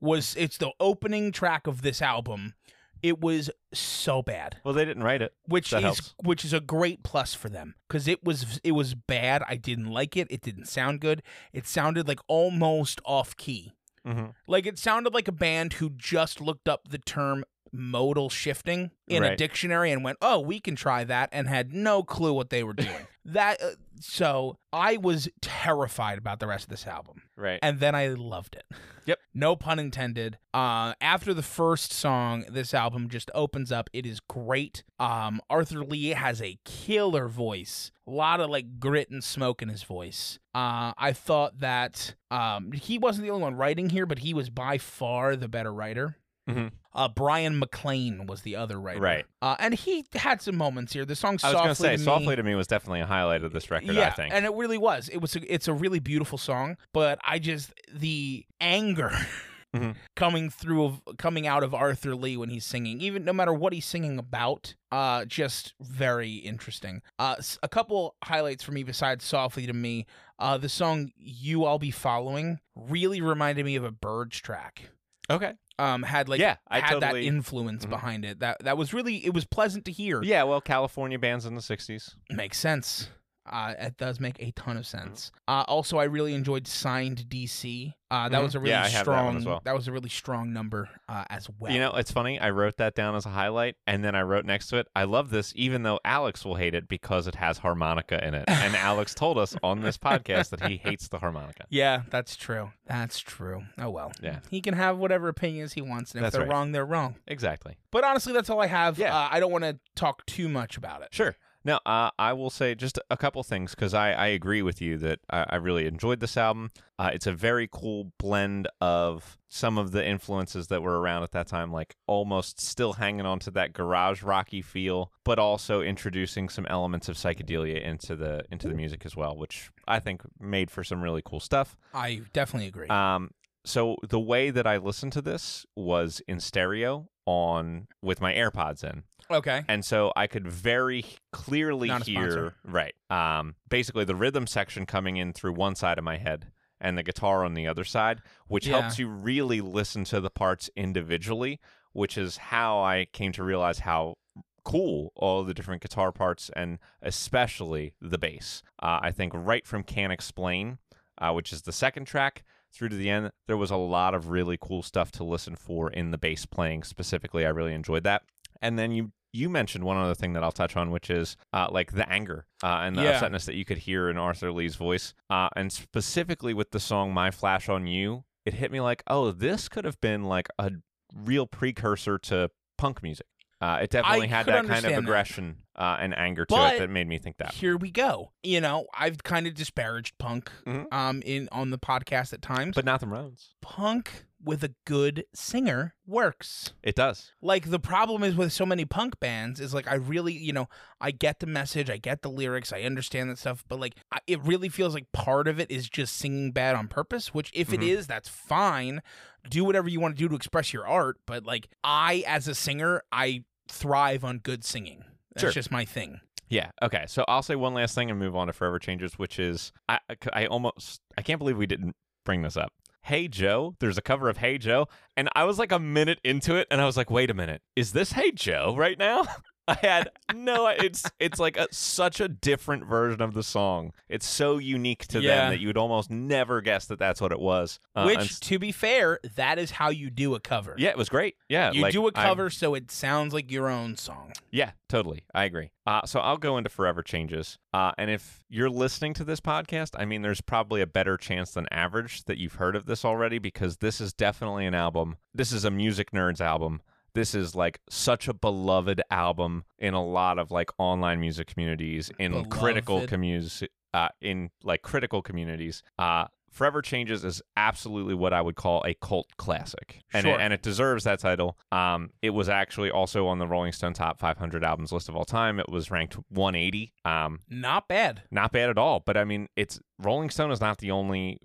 A: was it's the opening track of this album. It was so bad
B: Well, they didn't write it.
A: which is
B: That helps.
A: which is a great plus for them because it was it was bad. I didn't like it. It didn't sound good. It sounded like almost off key.
B: Mm-hmm.
A: Like it sounded like a band who just looked up the term modal shifting in a
B: Right.
A: dictionary and went, "Oh, we can try that," and had no clue what they were doing. that uh, so I was terrified about the rest of this album
B: Right.
A: and then I loved it.
B: Yep.
A: No pun intended. Uh, after the first song, this album just opens up. It is great. Um, Arthur Lee has a killer voice. A lot of like grit and smoke in his voice. Uh, I thought that um, he wasn't the only one writing here, but he was by far the better writer.
B: Mhm.
A: Uh, Brian McLean was the other writer,
B: Right.
A: Uh, and he had some moments here. The song
B: I was
A: "Softly"
B: going to say,
A: to Me-
B: softly to me was definitely a highlight of this record.
A: yeah,
B: I think.
A: and it really was. It was. A, it's a really beautiful song, but I just the anger
B: Mhm.
A: coming through of coming out of Arthur Lee when he's singing, even no matter what he's singing about, uh, just very interesting. Uh, s- a couple highlights for me besides "Softly to Me," uh, the song "You I'll Be Following" really reminded me of a Birds track.
B: okay.
A: Um, had like
B: yeah, I
A: had
B: totally.
A: that influence
B: Mhm.
A: behind it. That that was really it was pleasant to hear.
B: yeah, well, California bands in the '60s.
A: Makes sense. Uh, it does make a ton
B: Mm-hmm.
A: of sense. Uh, also, I really enjoyed Signed DC. Uh, that
B: Mhm.
A: was a really
B: Yeah, I have that one
A: strong.
B: as well.
A: was a really strong number uh, as well.
B: You know, it's funny. I wrote that down as a highlight, and then I wrote next to it, "I love this," even though Alex will hate it because it has harmonica in it. And Alex told us on this podcast that he hates the harmonica.
A: Yeah, that's true. That's true. Oh well.
B: Yeah.
A: He can have whatever opinions he wants, and if
B: That's
A: they're
B: right.
A: wrong, they're wrong.
B: Exactly.
A: But honestly, that's all I have.
B: Yeah.
A: Uh, I don't want to talk too much about it.
B: Sure. Now, uh, I will say just a couple things because I, I agree with you that I, I really enjoyed this album. Uh, it's a very cool blend of some of the influences that were around at that time, like almost still hanging on to that garage rocky feel, but also introducing some elements of psychedelia into the into the music as well, which I think made for some really cool stuff.
A: I definitely agree.
B: Um, so the way that I listened to this was in stereo on with my AirPods in
A: okay.
B: and so I could very clearly
A: Not a
B: hear
A: sponsor.
B: right. Um, basically the rhythm section coming in through one side of my head and the guitar on the other side, which
A: Yeah.
B: helps you really listen to the parts individually, which is how I came to realize how cool all the different guitar parts and especially the bass. Uh, I think right from Can Explain, uh, which is the second track. Through to the end, there was a lot of really cool stuff to listen for in the bass playing specifically. I really enjoyed that. And then you you mentioned one other thing that I'll touch on, which is uh, like the anger uh, and the
A: Yeah.
B: upsetness that you could hear in Arthur Lee's voice, uh, and specifically with the song "My Flash on You." It hit me like, oh, this could have been like a real precursor to punk music. Uh, it definitely had
A: could
B: that kind of
A: understand that.
B: aggression uh, and anger to
A: But-
B: it that made me think that.
A: Here we go. You know, I've kind of disparaged punk
B: Mhm.
A: um in on the podcast at times.
B: But not the Ramones.
A: punk with a good singer works.
B: It does.
A: Like the problem is with so many punk bands is like I really, you know, I get the message, I get the lyrics, I understand that stuff, but like I, it really feels like part of it is just singing bad on purpose, which if it
B: Mhm.
A: is, that's fine. Do whatever you want to do to express your art, but like I as a singer, I thrive on good singing. That's
B: Sure.
A: just my thing.
B: Yeah. Okay. So I'll say one last thing and move on to Forever Changes, which is I, I almost I can't believe we didn't bring this up. Hey Joe, there's a cover of Hey Joe, and I was like a minute into it, and I was like, wait a minute, is this Hey Joe right now? I had no. It's it's like a, such a different version of the song. It's so unique to
A: Yeah.
B: them that you would almost never guess that that's what it was. Uh,
A: which
B: and s-
A: to be fair, that is how you do a cover.
B: yeah, it was great. Yeah,
A: You
B: like,
A: do a
B: I'm-
A: cover so it sounds like your own song.
B: Yeah, totally. I agree. Uh, so I'll go into Forever Changes. Uh, and if you're listening to this podcast, I mean, there's probably a better chance than average that you've heard of this already because this is definitely an album. This is a music nerds album. This is like such a beloved album in a lot of like online music communities, in critical
A: Beloved.
B: communities, uh, in like critical communities. Uh, Forever Changes is absolutely what I would call a cult classic, and
A: Sure.
B: it, and it deserves that title. Um, it was actually also on the Rolling Stone Top 500 albums list of all time. It was ranked 180. Um,
A: Not bad.
B: not bad at all. But I mean, it's Rolling Stone is not the only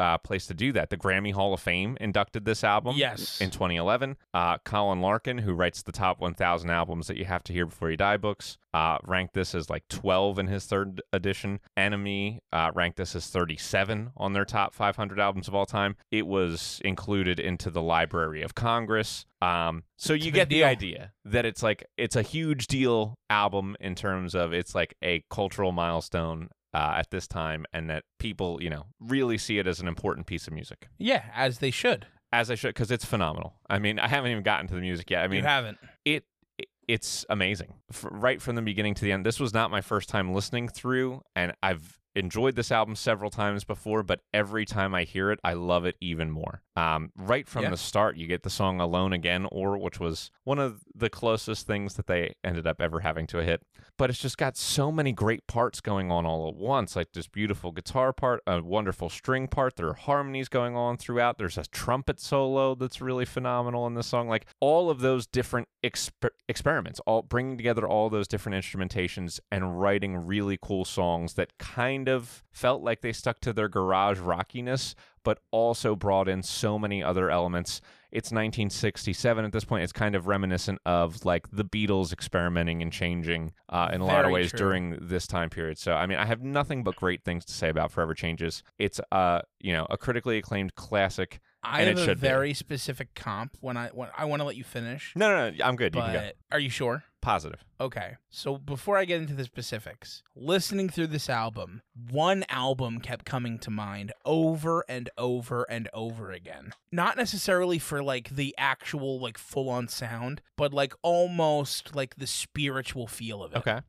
B: uh, place to do that. The Grammy Hall of Fame inducted this album.
A: Yes.
B: In 2011, uh, Colin Larkin, who writes the top 1,000 albums that you have to hear before you die books, uh, ranked this as like 12 in his third edition. Enemy uh, ranked this as 37 on their top 500 albums of all time. It was included into the Library of Congress. Um, so
A: It's a
B: you
A: big
B: get the
A: deal.
B: idea that it's like it's a huge deal album in terms of it's like a cultural milestone. Uh, at this time, and that people, you know, really see it as an important piece of music
A: Yeah, as they should.
B: as I should because it's phenomenal. I mean, I haven't even gotten to the music yet. I mean,
A: you haven't.
B: it, it it's amazing F- right from the beginning to the end. This was not my first time listening through, and I've enjoyed this album several times before, but every time I hear it, I love it even more. Um, right from
A: Yeah.
B: the start, you get the song "Alone Again," or which was one of the closest things that they ended up ever having to a hit but it's just got so many great parts going on all at once like this beautiful guitar part a wonderful string part there are harmonies going on throughout there's a trumpet solo that's really phenomenal in this song like all of those different exper- experiments all bringing together all those different instrumentations and writing really cool songs that kind of felt like they stuck to their garage rockiness but also brought in so many other elements. It's 1967 at this point. It's kind of reminiscent of like the Beatles experimenting and changing uh, in a lot of
A: Very
B: ways
A: true.
B: during this time period. So I mean, I have nothing but great things to say about Forever Changes. It's uh, you know, a critically acclaimed classic.
A: I
B: and
A: have
B: it
A: a
B: should be.
A: very specific comp when I when I want to let you finish.
B: No, no, no I'm good. you can go
A: but are you sure?
B: positive.
A: Okay. So before I get into the specifics, listening through this album, one album kept coming to mind over and over and over again. Not necessarily for like the actual like full on sound, but like almost like the spiritual feel of it.
B: Okay,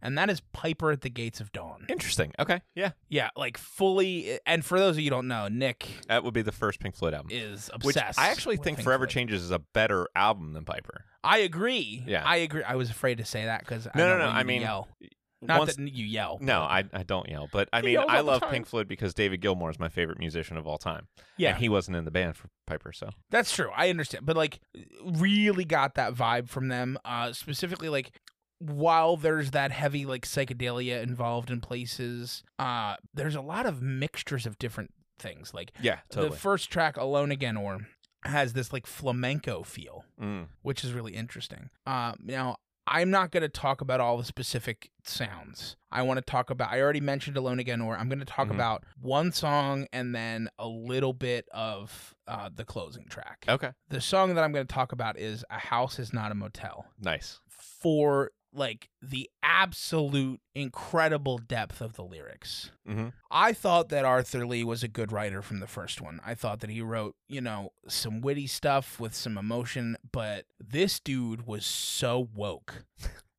A: and that is Piper at the Gates of Dawn.
B: Interesting. Okay. Yeah.
A: Yeah, like fully. And for those of you who don't know, Nick
B: That would be the first Pink Floyd album.
A: is
B: Which
A: obsessed.
B: I actually
A: with
B: think
A: Pink
B: Forever
A: Floyd.
B: Changes is a better album than Piper.
A: I agree.
B: Yeah.
A: I agree. I was afraid to say that because
B: No,
A: I
B: no,
A: know
B: no,
A: when
B: I
A: you
B: mean,
A: yell. not
B: Once-
A: that you yell.
B: no, I, I don't yell, but I
A: He
B: mean,
A: yells
B: I
A: all the
B: love
A: time.
B: Pink Floyd because David Gilmour is my favorite musician of all time.
A: yeah,
B: And he wasn't in the band for Piper, so.
A: That's true. I understand, but like, really got that vibe from them. Uh, specifically, like, while there's that heavy like psychedelia involved in places, uh, there's a lot of mixtures of different things. Like
B: Yeah,
A: the first track, "Alone Again," or has this like flamenco feel,
B: Mm.
A: which is really interesting. Uh, now. I'm not going to talk about all the specific sounds. I want to talk about, I already mentioned Alone Again, or I'm going to talk
B: Mhm.
A: about one song and then a little bit of uh, the closing track
B: Okay.
A: the song that I'm going to talk about is A House is Not a Motel
B: Nice.
A: for like the absolute incredible depth of the lyrics.
B: Mhm.
A: I thought that Arthur Lee was a good writer from the first one. I thought that he wrote, you know, some witty stuff with some emotion, but this dude was so woke.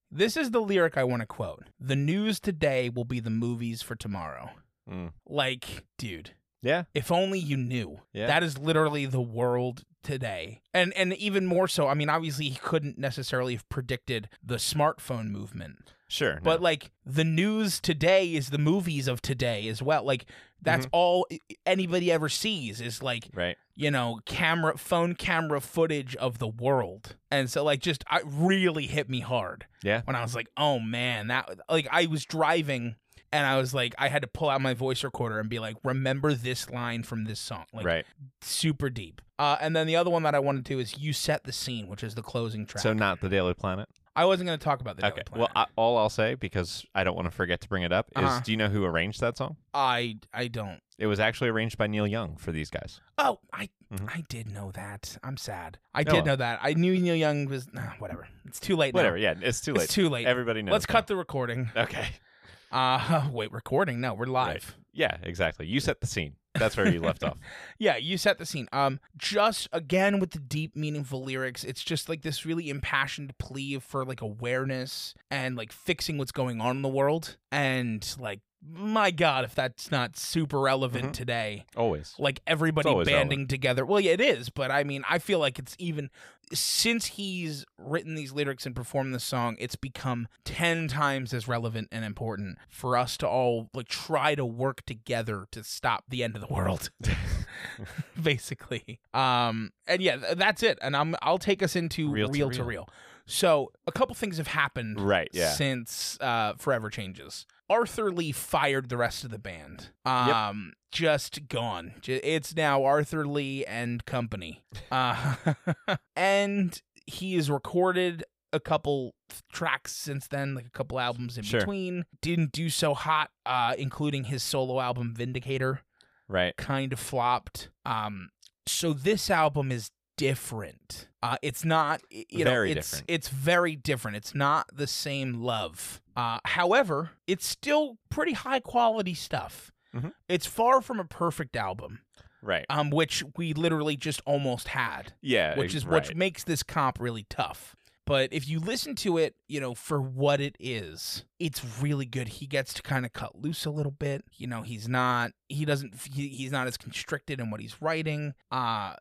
A: this is the lyric I want to quote. The news today will be the movies for tomorrow.
B: Mm.
A: Like, dude,
B: Yeah.
A: if only you knew.
B: Yeah.
A: That is literally the world today. And and even more so, I mean, obviously he couldn't necessarily have predicted the smartphone movement.
B: Sure. no.
A: But like the news today is the movies of today as well. Like that's
B: Mm-hmm.
A: all i- anybody ever sees is like,
B: right.
A: you know, camera phone camera footage of the world. And so like just I really hit me hard
B: Yeah.
A: when I was like, "Oh man, that like I was driving and I was like I had to pull out my voice recorder and be like, "Remember this line from this song." Like
B: right.
A: super deep. Uh, and then the other one that I wanted to is "You Set the Scene," which is the closing track.
B: So not the Daily Planet.
A: I wasn't going to talk about the
B: okay. Well, I, all I'll say because I don't want to forget to bring it up is,
A: Uh-huh.
B: do you know who arranged that song?
A: I I don't.
B: It was actually arranged by Neil Young for these guys.
A: Oh, I
B: Mhm.
A: I did know that. I'm sad. I
B: Oh,
A: did
B: well.
A: know that. I knew Neil Young was ah, whatever. It's too late. now.
B: Whatever. Yeah. It's too late.
A: It's too late.
B: Everybody knows.
A: Let's
B: now.
A: cut the recording.
B: Okay.
A: Uh, wait, recording? No, we're live.
B: Yeah. Exactly. You set the scene. That's where you left off.
A: Yeah, you set the scene. Um, just again with the deep, meaningful lyrics, it's just like this really impassioned plea for like awareness and like fixing what's going on in the world. And like, my God, if that's not super relevant
B: Mhm.
A: today,
B: Always.
A: like everybody
B: always
A: banding
B: relevant.
A: together. Well, yeah, it is, but I mean, I feel like it's even since he's written these lyrics and performed this song, it's become 10 times as relevant and important for us to all like try to work together to stop the end of the world basically. Um, and yeah, th- that's it. And I'm I'll take us into
B: Reel
A: real
B: to
A: to real.
B: reel.
A: So a couple things have happened
B: right. Yeah.
A: since uh, Forever Changes. Arthur Lee fired the rest of the band. Um, just gone. J- It's now Arthur Lee and company. Uh, and he has recorded a couple tracks since then, like a couple albums in
B: Sure.
A: between. Didn't do so hot, uh, including his solo album Vindicator
B: Right.
A: kind of flopped. Um, so this album is different. Uh, it's not y- you know
B: Very
A: it's
B: different.
A: it's very different. It's not the same love. Uh, however, it's still pretty high quality stuff.
B: Mhm.
A: It's far from a perfect album,
B: Right.
A: um, which we literally just almost had
B: yeah.
A: which is
B: right.
A: which makes this comp really tough. But if you listen to it, you know, for what it is, it's really good. He gets to kind of cut loose a little bit. You know, he's not he doesn't he, he's not as constricted in what he's writing. Uh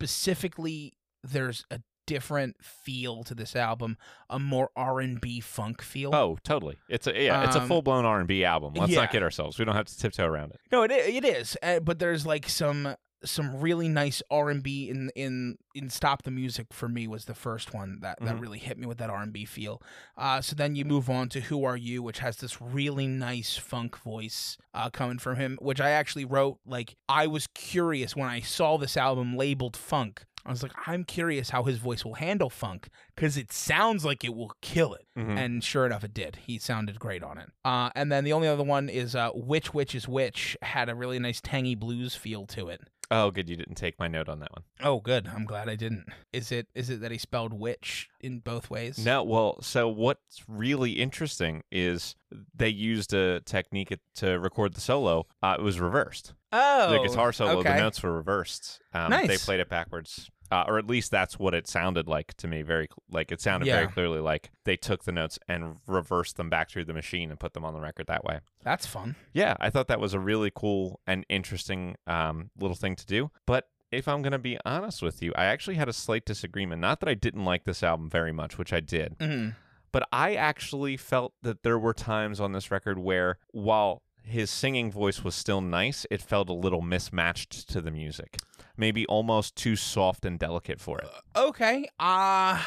A: specifically there's a different feel to this album, a more R&B funk feel.
B: Oh, totally. It's a yeah. it's a
A: Um,
B: full blown R and B album. Let's
A: yeah.
B: not kid ourselves. We don't have to tiptoe around it.
A: No, it i- it is, uh, but there's like some some really nice R and B in in in Stop the Music for me was the first one that that
B: Mhm.
A: really hit me with that R and B feel. Uh, so then you move on to Who Are You, which has this really nice funk voice uh, coming from him, which I actually wrote like I was curious when I saw this album labeled funk. I was like, I'm curious how his voice will handle funk because it sounds like it will kill it
B: Mhm.
A: and sure enough it did he sounded great on it uh, and then the only other one is uh, which witch is which had a really nice tangy blues feel to it
B: oh, good. You didn't take my note on that one.
A: oh good i'm glad i didn't is it is it that he spelled witch in both ways
B: No, well, so what's really interesting is they used a technique it- to record the solo. Uh, it was reversed.
A: oh
B: the guitar solo,
A: okay.
B: the notes were reversed. Um, They
A: Nice.
B: played it backwards. uh, or at least that's what it sounded like to me. Very cl- like it sounded very
A: Yeah.
B: clearly like they took the notes and reversed them back through the machine and put them on the record that way.
A: That's fun.
B: Yeah, I thought that was a really cool and interesting um, little thing to do. But if I'm gonna be honest with you, I actually had a slight disagreement. Not that I didn't like this album very much, which I did
A: hmm
B: but I actually felt that there were times on this record where while his singing voice was still nice, it felt a little mismatched to the music. Maybe almost too soft and delicate for it.
A: Okay. Uh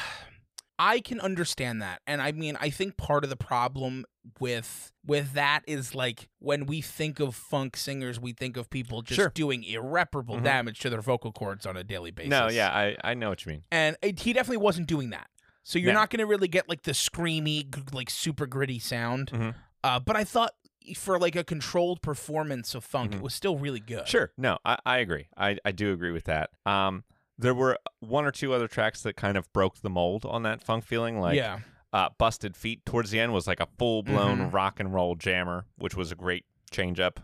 A: I can understand that. And I mean, I think part of the problem with with that is like when we think of funk singers, we think of people just
B: Sure.
A: doing irreparable
B: Mhm.
A: damage to their vocal cords on a daily basis.
B: No, yeah, I, I know what you mean.
A: And it, he definitely wasn't doing that. So you're
B: No.
A: not going to really get like the screamy g- like super gritty sound.
B: Mhm.
A: Uh but I thought for like a controlled performance of funk,
B: Mhm.
A: it was still really good.
B: Sure. No, I, I agree. I, I do agree with that. Um, there were one or two other tracks that kind of broke the mold on that funk feeling. Like
A: yeah.
B: uh, Busted Feet towards the end was like a full blown
A: Mhm.
B: rock and roll jammer, which was a great change up.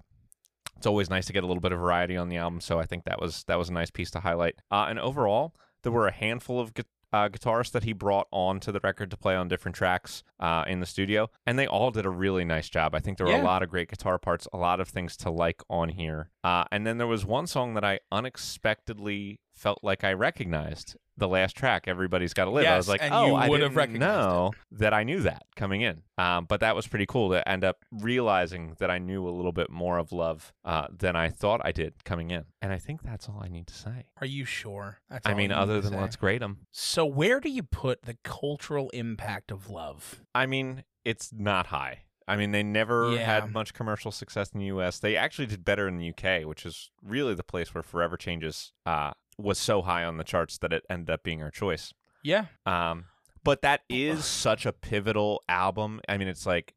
B: It's always nice to get a little bit of variety on the album, so I think that was that was a nice piece to highlight. Uh, and overall, there were a handful of gu- uh, guitarists that he brought onto the record to play on different tracks uh, in the studio, and they all did a really nice job. I think there were
A: Yeah.
B: a lot of great guitar parts, a lot of things to like on here. Uh, and then there was one song that I unexpectedly felt like I recognized. The last track, everybody's got to live. I
A: Yes,
B: was like,
A: and
B: oh,
A: you
B: I
A: would
B: didn't
A: have recognized it."
B: know that I knew that coming in. Um, but that was pretty cool to end up realizing that I knew a little bit more of love uh, than I thought I did coming in. And I think that's all I need to say.
A: Are you sure? That's
B: I
A: all
B: mean,
A: you need
B: other
A: to
B: than
A: say.
B: let's grade them.
A: So where do you put the cultural impact of love?
B: I mean, it's not high. I mean, they never
A: Yeah.
B: had much commercial success in the U.S. They actually did better in the U.K., which is really the place where Forever Changes uh, was so high on the charts that it ended up being our choice.
A: Yeah.
B: Um, but that is such a pivotal album. I mean, it's like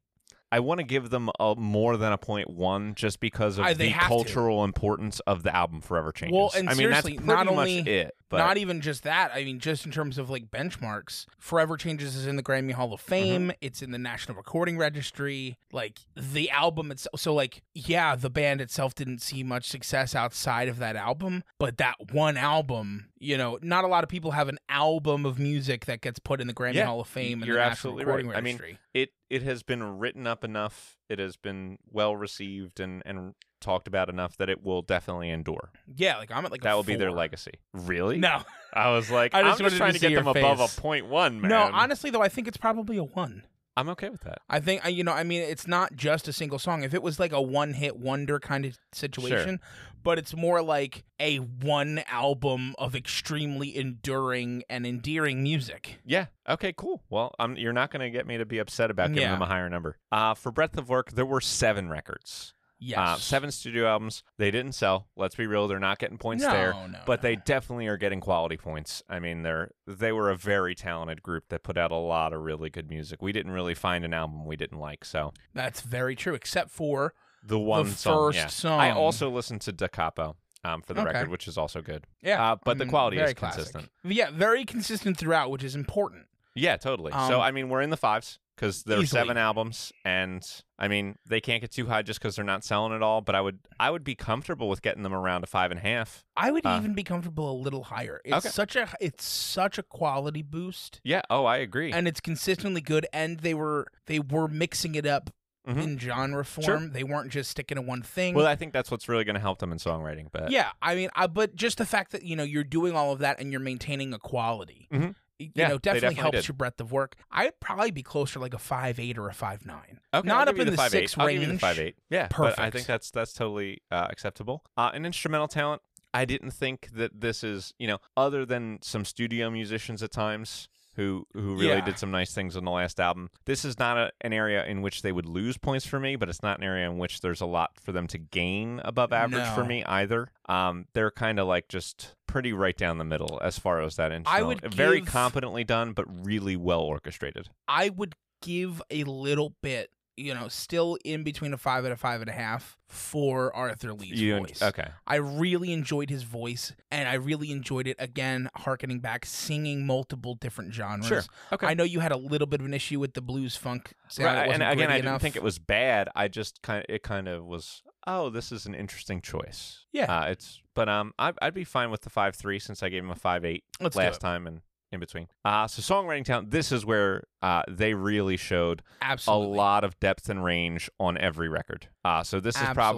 B: I want to give them a, more than a point one just because of
A: I- they
B: the
A: have to.
B: cultural importance of the album Forever Changes.
A: Well, and
B: I mean, that's
A: seriously,
B: pretty
A: not
B: much
A: only-
B: it. But
A: Not e even just that. I mean, just in terms of like benchmarks, Forever Changes is in the Grammy Hall
B: Mm-hmm.
A: of Fame. It's in the National Recording Registry. Like the album itself. So, like, yeah, the band itself didn't see much success outside of that album, but that one album, you know, not a lot of people have an album of music that gets put in the Grammy
B: Yeah,
A: Hall of Fame and the
B: you're
A: National
B: absolutely
A: Recording
B: right. I mean,
A: Registry.
B: it it has been written up enough. It has been well received and and talked about enough that it will definitely endure.
A: yeah, like I'm at like a
B: that will be their
A: four.
B: legacy. Really?
A: No,
B: I was like,
A: I just wanted to
B: I'm just trying to
A: see
B: get
A: your
B: them above
A: face.
B: a point one, man.
A: no. Honestly, though, I think it's probably a one.
B: I'm okay with that.
A: I think I- you know. I mean, it's not just a single song. If it was like a one-hit wonder kind of situation, but it's more like a one album of extremely enduring and endearing music.
B: Yeah. Okay. Cool. Well, i you're not going to get me to be upset about giving
A: Yeah.
B: them a higher number. Uh, for breadth of work, there were seven records,
A: Yes,
B: uh, seven studio albums. They didn't sell. Let's be real; they're not getting points
A: no,
B: there,
A: no,
B: but
A: no.
B: they definitely are getting quality points. I mean, they're they were a very talented group that put out a lot of really good music. We didn't really find an album we didn't like, so
A: that's very true. Except for
B: the one
A: the
B: song,
A: first
B: yeah.
A: song.
B: I also listened to Da Capo um, for the
A: Okay.
B: record, which is also good.
A: yeah,
B: uh, but
A: I
B: the
A: mean,
B: quality is
A: very classic.
B: consistent.
A: Yeah, very consistent throughout, which is important.
B: Yeah, totally.
A: Um,
B: so I mean, we're in the fives because there are
A: Easily.
B: seven albums, and I mean they can't get too high just because they're not selling at all. But I would I would be comfortable with getting them around a five and a half.
A: I would
B: Uh,
A: even be comfortable a little higher. It's
B: okay.
A: such a it's such a quality boost.
B: Yeah. Oh, I agree.
A: and it's consistently good and they were they were mixing it up
B: Mhm.
A: in genre form they weren't just sticking to one thing
B: well, uh, I think that's what's really going to help them in songwriting. But
A: yeah i mean I, but just the fact that you know you're doing all of that and you're maintaining a quality
B: Mhm.
A: you
B: Yeah,
A: know
B: they
A: definitely,
B: definitely
A: helps
B: did.
A: your breadth of work i'd probably be closer to like a five eight or a five nine.
B: okay,
A: not
B: I'll
A: up
B: give you
A: in the
B: five
A: six
B: eight. I'll give you the
A: range.
B: five eight. Yeah, But I
A: Perfect.
B: think that's that's totally uh, acceptable. Uh, an instrumental talent. I didn't think that this is you know other than some studio musicians at times. Who, who really
A: Yeah.
B: did some nice things on the last album. This is not a, an area in which they would lose points for me, but it's not an area in which there's a lot for them to gain above average for
A: No.
B: me either. Um, they're kind of like just pretty right down the middle as far as that instrumental.
A: would
B: very
A: give-
B: competently done, but really well orchestrated.
A: i would give a little bit you know still in between a five and a five and a half for arthur lee's
B: You
A: voice
B: okay?
A: I really enjoyed his voice, and I really enjoyed it again, harkening back, singing multiple different genres.
B: Sure. Okay.
A: I know you had a little bit of an issue with the blues funk sound.
B: Right,
A: it wasn't
B: and again,
A: gritty
B: I didn't
A: enough.
B: think it was bad. I just kind of, it kind of was oh, this is an interesting choice.
A: Yeah.
B: Uh, it's but um, I, I'd be fine with the five three since I gave him a five eight
A: Let's do
B: last
A: it.
B: time and in between. Uh, so songwriting talent. This is where uh, they really showed
A: Absolutely.
B: a lot of depth and range on every record. Uh, so this is probably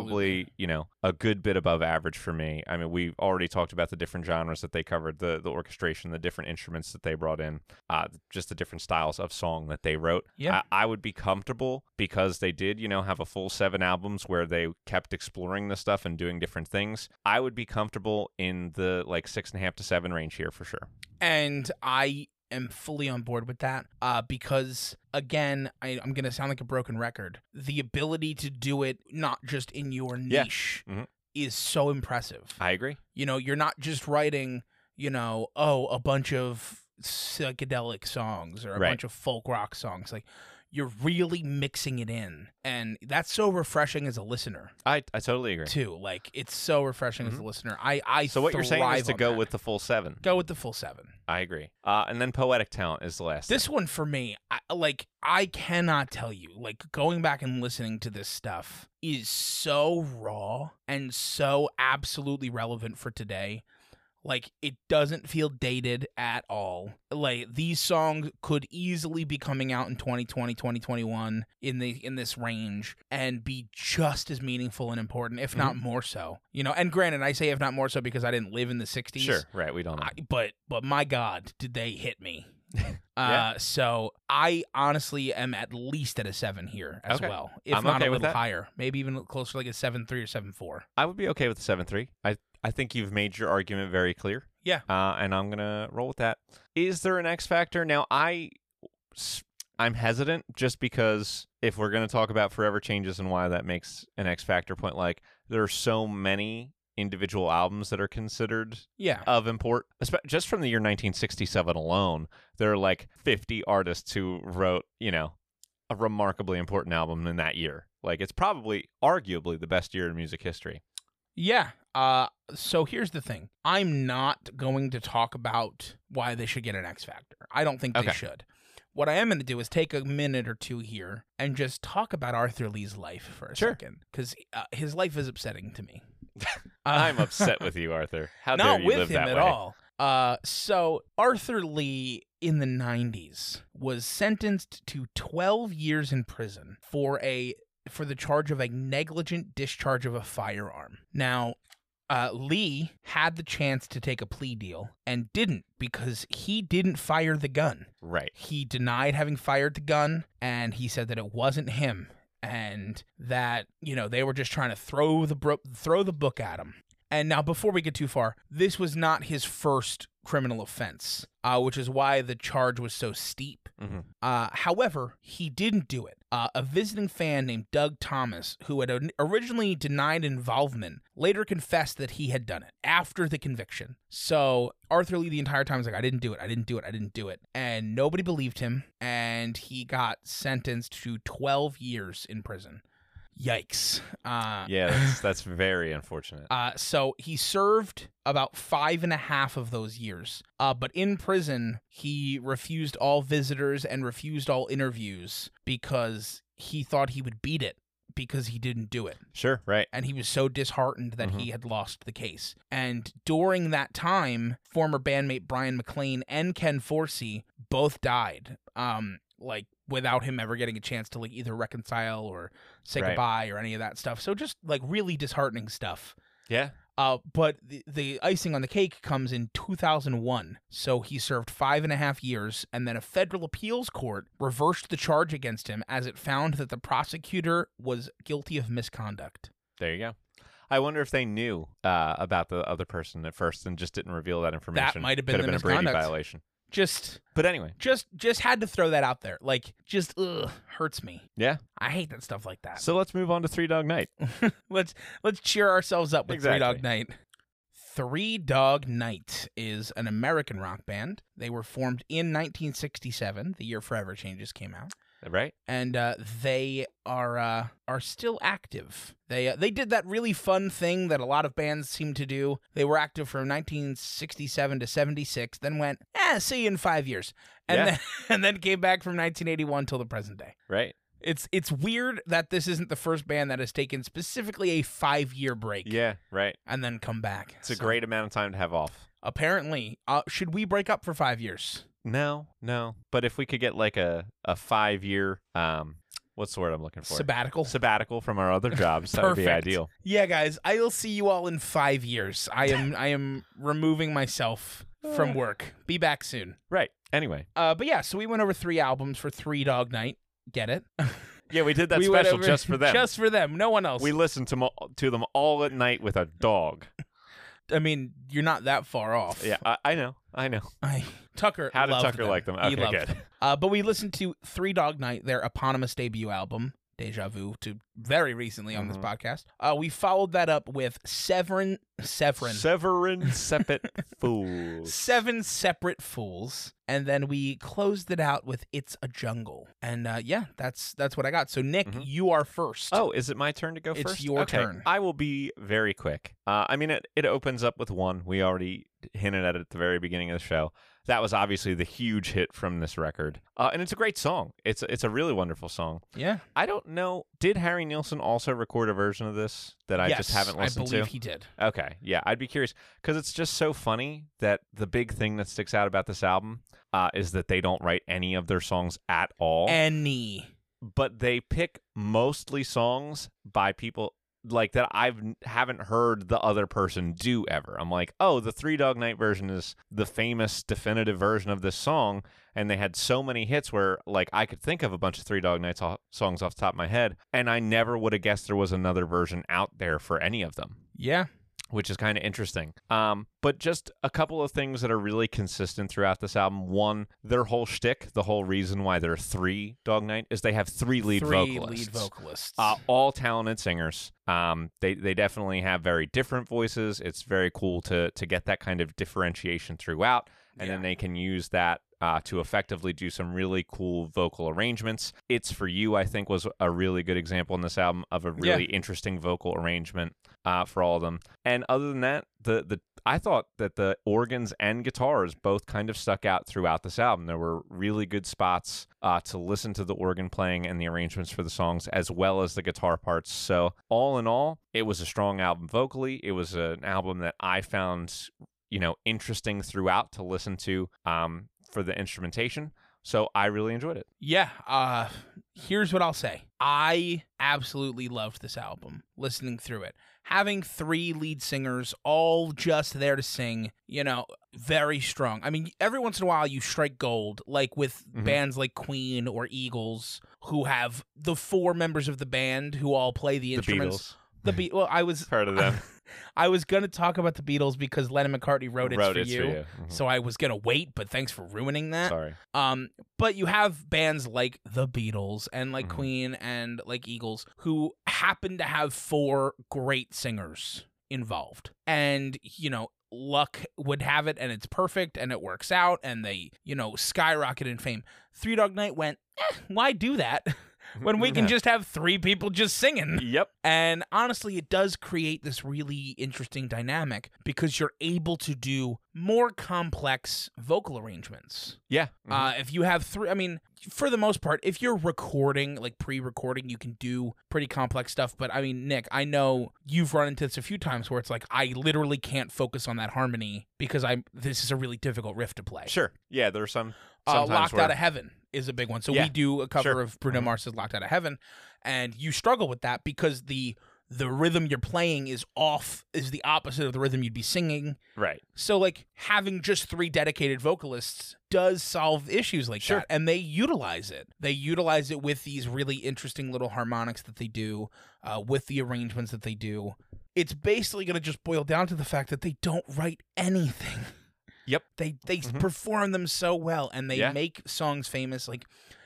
A: Absolutely.
B: you know a good bit above average for me. I mean, we've already talked about the different genres that they covered, the the orchestration, the different instruments that they brought in, uh, just the different styles of song that they wrote.
A: Yeah.
B: I, I would be comfortable because they did you know have a full seven albums where they kept exploring this stuff and doing different things. I would be comfortable in the like six and a half to seven range here for sure.
A: and I am fully on board with that uh, because again I, i'm going to sound like a broken record the ability to do it not just in your
B: Yeah.
A: niche
B: Mhm.
A: is so impressive
B: I agree.
A: you know you're not just writing you know oh a bunch of psychedelic songs or a
B: Right.
A: bunch of folk rock songs like you're really mixing it in and that's so refreshing as a listener
B: I I totally agree.
A: too like it's so refreshing as a
B: Mhm.
A: listener i i
B: So what you're saying
A: thrive
B: is to
A: on
B: go
A: that.
B: with the full seven.
A: go with the full seven
B: I agree. Uh, and then poetic talent is the last.
A: this one for me I, like i cannot tell you like going back and listening to this stuff is so raw and so absolutely relevant for today like it doesn't feel dated at all like these songs could easily be coming out in 2020 2021 in the in this range and be just as meaningful and important if not more so you know and granted i say if not more so because i didn't live in the 60s
B: Sure, right. We don't know.
A: I, but but my god did they hit me
B: Yeah.
A: uh so i honestly am at least at a seven here as
B: Okay.
A: well if
B: I'm
A: not
B: okay
A: a
B: with
A: little
B: that.
A: higher maybe even closer to like a seven three or seven four
B: I would be okay with the seven three. I I think you've made your argument very clear.
A: Yeah.
B: Uh, and I'm gonna roll with that. Is there an X factor now? I s- I'm hesitant just because if we're gonna talk about forever changes and why that makes an X factor point, like there are so many individual albums that are considered
A: yeah
B: of import espe- just from the year 1967 alone there are like 50 artists who wrote you know a remarkably important album in that year like it's probably arguably the best year in music history
A: yeah uh so here's the thing i'm not going to talk about why they should get an x factor i don't think
B: Okay.
A: they should what i am going to do is take a minute or two here and just talk about arthur lee's life for a
B: Sure.
A: second because uh, his life is upsetting to me
B: i'm
A: Uh,
B: upset with you arthur how
A: not
B: dare you
A: with
B: live
A: him
B: that
A: at
B: way
A: all. Uh, so Arthur Lee in the 90s was sentenced to 12 years in prison for a for the charge of a negligent discharge of a firearm. Now, uh, Lee had the chance to take a plea deal and didn't because he didn't fire the gun.
B: right
A: He denied having fired the gun and he said that it wasn't him and that, you know, they were just trying to throw the bro- throw the book at him. And now before we get too far, this was not his first criminal offense, uh, which is why the charge was so steep.
B: hmm
A: Uh, however, he didn't do it. Uh, a visiting fan named Doug Thomas, who had o- originally denied involvement, later confessed that he had done it after the conviction. So Arthur Lee, the entire time, was like, I didn't do it, I didn't do it, I didn't do it. And nobody believed him, and he got sentenced to 12 years in prison. Yikes. Uh,
B: yeah that's, that's very unfortunate
A: uh, so he served about five and a half of those years. Uh, but in prison, he refused all visitors and refused all interviews because he thought he would beat it because he didn't do it.
B: sure right
A: And he was so disheartened that he had lost the case. And during that time, former bandmate Brian McLean and Ken Forsey both died. Um, like without him ever getting a chance to like either reconcile or say
B: Right.
A: goodbye or any of that stuff. So just like really disheartening stuff.
B: yeah
A: Uh, but the, the icing on the cake comes in 2001. So he served five and a half years, and then a federal appeals court reversed the charge against him as it found that the prosecutor was guilty of misconduct.
B: there you go I wonder if they knew uh, about the other person at first and just didn't reveal that information.
A: might have been
B: Could have
A: the
B: been a Brady
A: misconduct.
B: violation.
A: Just,
B: But anyway,
A: just, just had to throw that out there. Like, just ugh, hurts me.
B: yeah.
A: I hate that stuff like that.
B: So let's move on to Three Dog Night.
A: let's let's cheer ourselves up with Three Dog
B: Exactly.
A: Night. Three Dog Night is an American rock band. They were formed in 1967, the year Forever Changes came out.
B: Right?
A: and uh, they are uh, are still active. They uh, they did that really fun thing that a lot of bands seem to do. They were active from 1967 to 76, then went, "Eh, see you in five years," and
B: Yeah.
A: then and then came back from 1981 till the present day.
B: Right.
A: It's it's weird that this isn't the first band that has taken specifically a five year break
B: Yeah, right.
A: and then come back.
B: It's a
A: So,
B: great amount of time to have off.
A: Apparently, uh, should we break up for five years?
B: No, no. But if we could get like a, a five year um what's the word I'm looking for?
A: Sabbatical.
B: Sabbatical from our other jobs, that would be
A: Perfect.
B: ideal.
A: yeah, guys, I'll see you all in five years. I am I am removing myself from work. Be back soon.
B: Right. Anyway.
A: Uh, but yeah, so we went over three albums for Three Dog Night. Get it?
B: Yeah, we did that
A: We went
B: special
A: over-
B: just for them.
A: Just for them, no one else.
B: we listened to mo- to them all at night with a dog.
A: I mean, you're not that far off.
B: Yeah, I, I know. I know.
A: I, Tucker.
B: How did
A: loved
B: Tucker like them?
A: he
B: Okay,
A: loved
B: good.
A: Uh, but we listened to Three Dog Night, their eponymous debut album, Deja Vu, to very recently on this
B: Mhm.
A: podcast. Uh, we followed that up with Severin, Severin,
B: Severin Sepet Fools.
A: Seven Separate Fools, and then we closed it out with It's a Jungle. And uh, yeah, that's that's what I got. So Nick,
B: Mhm.
A: you are first.
B: Oh, is it my turn to go
A: It's
B: first?
A: your
B: Okay,
A: turn.
B: I will be very quick. Uh, I mean, it, it opens up with one. We already hinted at it at the very beginning of the show. That was obviously the huge hit from this record, uh, and it's a great song. It's it's a really wonderful song.
A: yeah.
B: I don't know. Did Harry Nilsson also record a version of this that I just
A: Yes,
B: haven't listened
A: I believe
B: to?
A: he did.
B: Okay, yeah, I'd be curious because it's just so funny that the big thing that sticks out about this album uh, is that they don't write any of their songs at all,
A: Any.
B: but they pick mostly songs by people like that I've n- haven't heard the other person do ever. I'm like, oh, the Three Dog Night version is the famous definitive version of this song, and they had so many hits where like I could think of a bunch of Three Dog Night so- songs off the top of my head, and I never would have guessed there was another version out there for any of them
A: Yeah.
B: which is kind of interesting. Um, but just a couple of things that are really consistent throughout this album. One, their whole shtick, the whole reason why they're three Dog Night is they have three lead
A: Three
B: vocalists.
A: lead vocalists.
B: Uh, all talented singers. Um, they they definitely have very different voices. It's very cool to to get that kind of differentiation throughout, and then
A: Yeah.
B: they can use that. Uh, to effectively do some really cool vocal arrangements. It's for You, I think, was a really good example in this album of a
A: Yeah.
B: really interesting vocal arrangement uh, for all of them. And other than that, the the I thought that the organs and guitars both kind of stuck out throughout this album. There were really good spots uh, to listen to the organ playing and the arrangements for the songs, as well as the guitar parts. So all in all, it was a strong album vocally. It was an album that I found you know interesting throughout to listen to um, for the instrumentation. So I really enjoyed it.
A: Yeah. Uh here's what I'll say. I absolutely loved this album, listening through it. Having three lead singers all just there to sing, you know, very strong. I mean, every once in a while you strike gold, like with
B: Mhm.
A: bands like Queen or Eagles, who have the four members of the band who all play the
B: The
A: instruments.
B: Beatles,
A: The Beatles. well, I was
B: part of them,
A: I was gonna talch about the Beatles because Lennon McCartney wrote,
B: wrote
A: it's for you.
B: Mhm.
A: So I was gonna wait, but thanks for ruining that.
B: Sorry.
A: Um, but you have bands like the Beatles and like
B: Mhm.
A: Queen and like Eagles who happen to have four great singers involved. And, you know, luck would have it and it's perfect and it works out and they, you know, skyrocket in fame. Three Dog Night went, eh, why do that when we can
B: Yeah.
A: just have three people just singing?
B: Yep.
A: And honestly, it does create this really interesting dynamic because you're able to do more complex vocal arrangements.
B: Yeah.
A: Uh, if you have three, I mean, for the most part, if you're recording, like pre recording, you can do pretty complex stuff. But I mean, Nick, I know you've run into this a few times where it's like, I literally can't focus on that harmony because I'm, this is a really difficult riff to play.
B: Mm-hmm. Sure. Yeah, there are some.
A: Uh,
B: Sometimes
A: Locked
B: where-
A: Out of Heaven is a big one. So
B: Yeah,
A: we do a cover
B: sure.
A: of Bruno
B: Mhm.
A: Mars's Locked Out of Heaven, and you struggle with that because the the rhythm you're playing is off, is the opposite of the rhythm you'd be singing.
B: Right.
A: So like having just three dedicated vocalists does solve issues like
B: Sure.
A: that, and they utilize it. They utilize it with these really interesting little harmonics that they do, uh, with the arrangements that they do. It's basically going to just boil down to the fact that they don't write anything.
B: Yep.
A: They they
B: Mhm.
A: perform them so well, and they
B: Yeah.
A: make songs famous. Like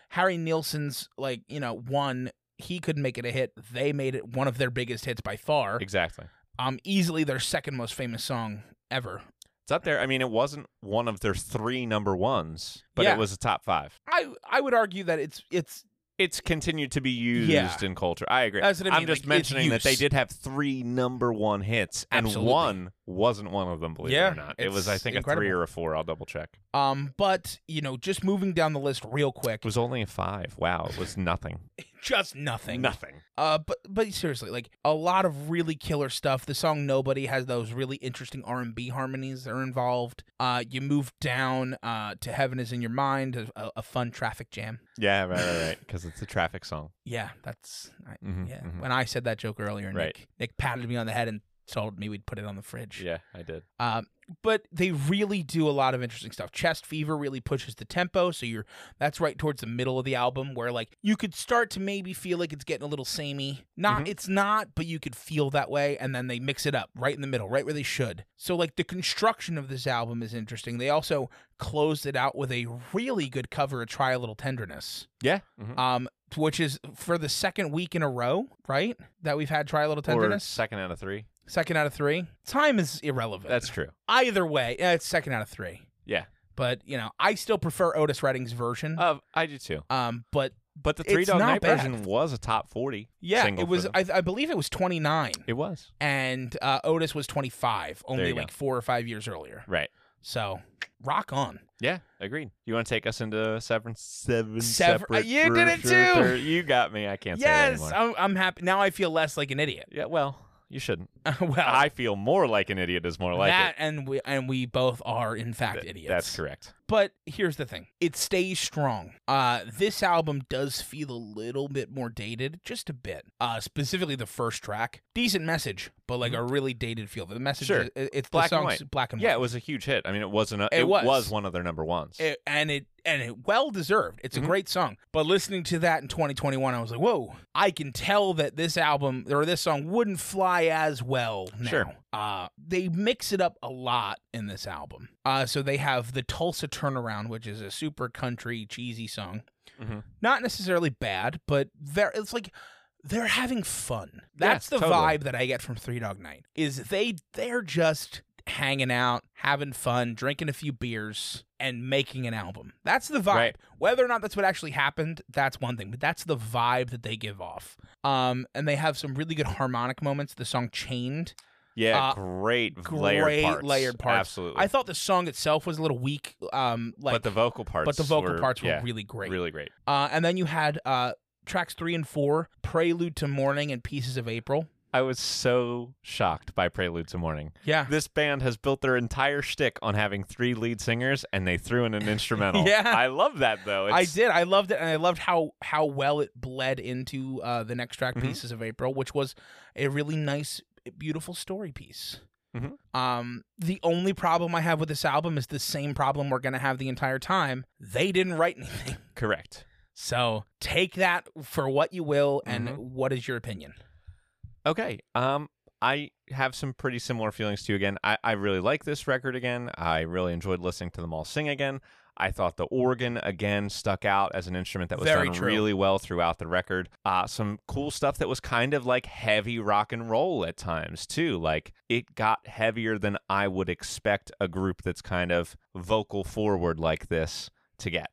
A: Harry Nilsson's, like you know, one he could make it a hit. They made it one of their biggest hits by far.
B: Exactly.
A: Um, easily their second most famous song ever.
B: It's up there. I mean, it wasn't one of their three number ones, but
A: Yeah.
B: it was a top five.
A: I I would argue that it's it's
B: It's continued to be used
A: Yeah.
B: in culture. I agree.
A: That's what I mean,
B: am just
A: like, it's
B: mentioning that they
A: use.
B: did have three number one hits, and
A: Absolutely.
B: one wasn't one of them. Believe it
A: Yeah,
B: or not, it was I
A: it's
B: think a three
A: incredible.
B: or a four. I'll double check.
A: um but you know just moving down the list real quick
B: It was only a five. Wow, it was nothing.
A: just nothing.
B: Nothing.
A: Uh, but but seriously, like a lot of really killer stuff. The song "Nobody" has those really interesting R and B harmonies that are involved. Uh, you move down uh, to "Heaven Is in Your Mind," a- a, a fun traffic jam.
B: Yeah, right, right, right. Because it's a traffic song.
A: Yeah, that's I,
B: Mhm,
A: yeah.
B: mhm.
A: When I said that joke earlier,
B: Right.
A: Nick Nick patted me on the head and told me we'd put it on the fridge.
B: Yeah, I did.
A: Um, but they really do a lot of interesting stuff. Chest Fever really pushes the tempo, so you're that's right towards the middle of the album where like you could start to maybe feel like it's getting a little samey. Not
B: Mhm.
A: it's not, but you could feel that way and then they mix it up right in the middle, right where they should. So like the construction of this album is interesting. They also closed it out with a really good cover of Try a Little Tenderness.
B: Yeah.
A: Um which is for the second week in a row, right? That we've had Try a Little
B: Or
A: Tenderness.
B: second out of three.
A: Second out of three. Time is irrelevant
B: That's true.
A: either way, eh, it's second out of three.
B: Yeah.
A: But you know, I still prefer Otis Redding's version.
B: Uh, I do too.
A: um, but
B: But the
A: It's
B: Three Dog
A: not
B: Night
A: bad.
B: version was a top forty.
A: yeah,
B: single
A: it
B: for
A: was.
B: them.
A: I, I believe it was 29,
B: It was
A: and uh, Otis was 25, only
B: you go.
A: like four or five years earlier.
B: right.
A: So, rock on.
B: Yeah, agreed. You want to take us into seven, seven
A: Sever-
B: separate?
A: You did it
B: versions,
A: too!
B: or- You got me. I can't
A: yes,
B: say that anymore.
A: I'm, I'm happy now. I feel less like an idiot.
B: Yeah, well, you shouldn't.
A: well,
B: I feel more like an idiot is more like
A: that
B: it.
A: and we and we both are in fact
B: Th-
A: idiots.
B: That's correct.
A: But here's the thing it stays strong. Uh, this album does feel a little bit more dated, just a bit. Uh, specifically, the first track. Decent message, but like a really dated feel. The message
B: Mm-hmm. Sure.
A: is it- it's
B: Black
A: the
B: and
A: song's
B: white.
A: black and
B: Yeah, it
A: white.
B: was a huge hit. I mean, it wasn't. A,
A: It was.
B: one of their number ones.
A: It- and it and it well deserved. It's
B: Mhm.
A: a great song. But listening to that in 2021, I was like, whoa, I can tell that this album or this song wouldn't fly as well now.
B: Sure.
A: Uh, they mix it up a lot in this album. Uh, so they have the Tulsa Turnaround, which is a super country cheesy song.
B: Mhm.
A: Not necessarily bad, but they're, it's like they're having fun. That's the
B: totally.
A: vibe that I get from Three Dog Night. Is they they're just hanging out, having fun, drinking a few beers, and making an album. That's the vibe.
B: Right.
A: Whether or not that's what actually happened, that's one thing, but that's the vibe that they give off. Um, and they have some really good harmonic moments. The song "Chained."
B: yeah,
A: uh,
B: great, layered
A: great
B: parts.
A: layered parts.
B: Absolutely.
A: I thought the song itself was a little weak. Um, like,
B: but the vocal parts.
A: but the vocal
B: were,
A: parts were
B: yeah,
A: really great.
B: really great.
A: Uh, and then you had uh, tracks three and four, "Prelude to Morning" and "Pieces of April."
B: I was so shocked by Prelude to Morning.
A: Yeah.
B: This band has built their entire shtick on having three lead singers, and they threw in an instrumental.
A: Yeah.
B: I love that though.
A: I
B: It's-
A: did. I loved it, and I loved how how well it bled into uh, the next track,
B: Mhm.
A: "Pieces of April," which was a really nice, beautiful story piece.
B: Mhm.
A: Um, the only problem I have with this album is the same problem we're gonna have the entire time. They didn't write anything,
B: correct.
A: so take that for what you will. And
B: Mhm.
A: what is your opinion?
B: Okay. Um, I have some pretty similar feelings to you again. I, I really like this record again. I really enjoyed listening to them all sing again. I thought the organ again stuck out as an instrument that was
A: Very
B: done
A: true.
B: really well throughout the record. Uh, some cool stuff that was kind of like heavy rock and roll at times too. Like it got heavier than I would expect a group that's kind of vocal forward like this to get,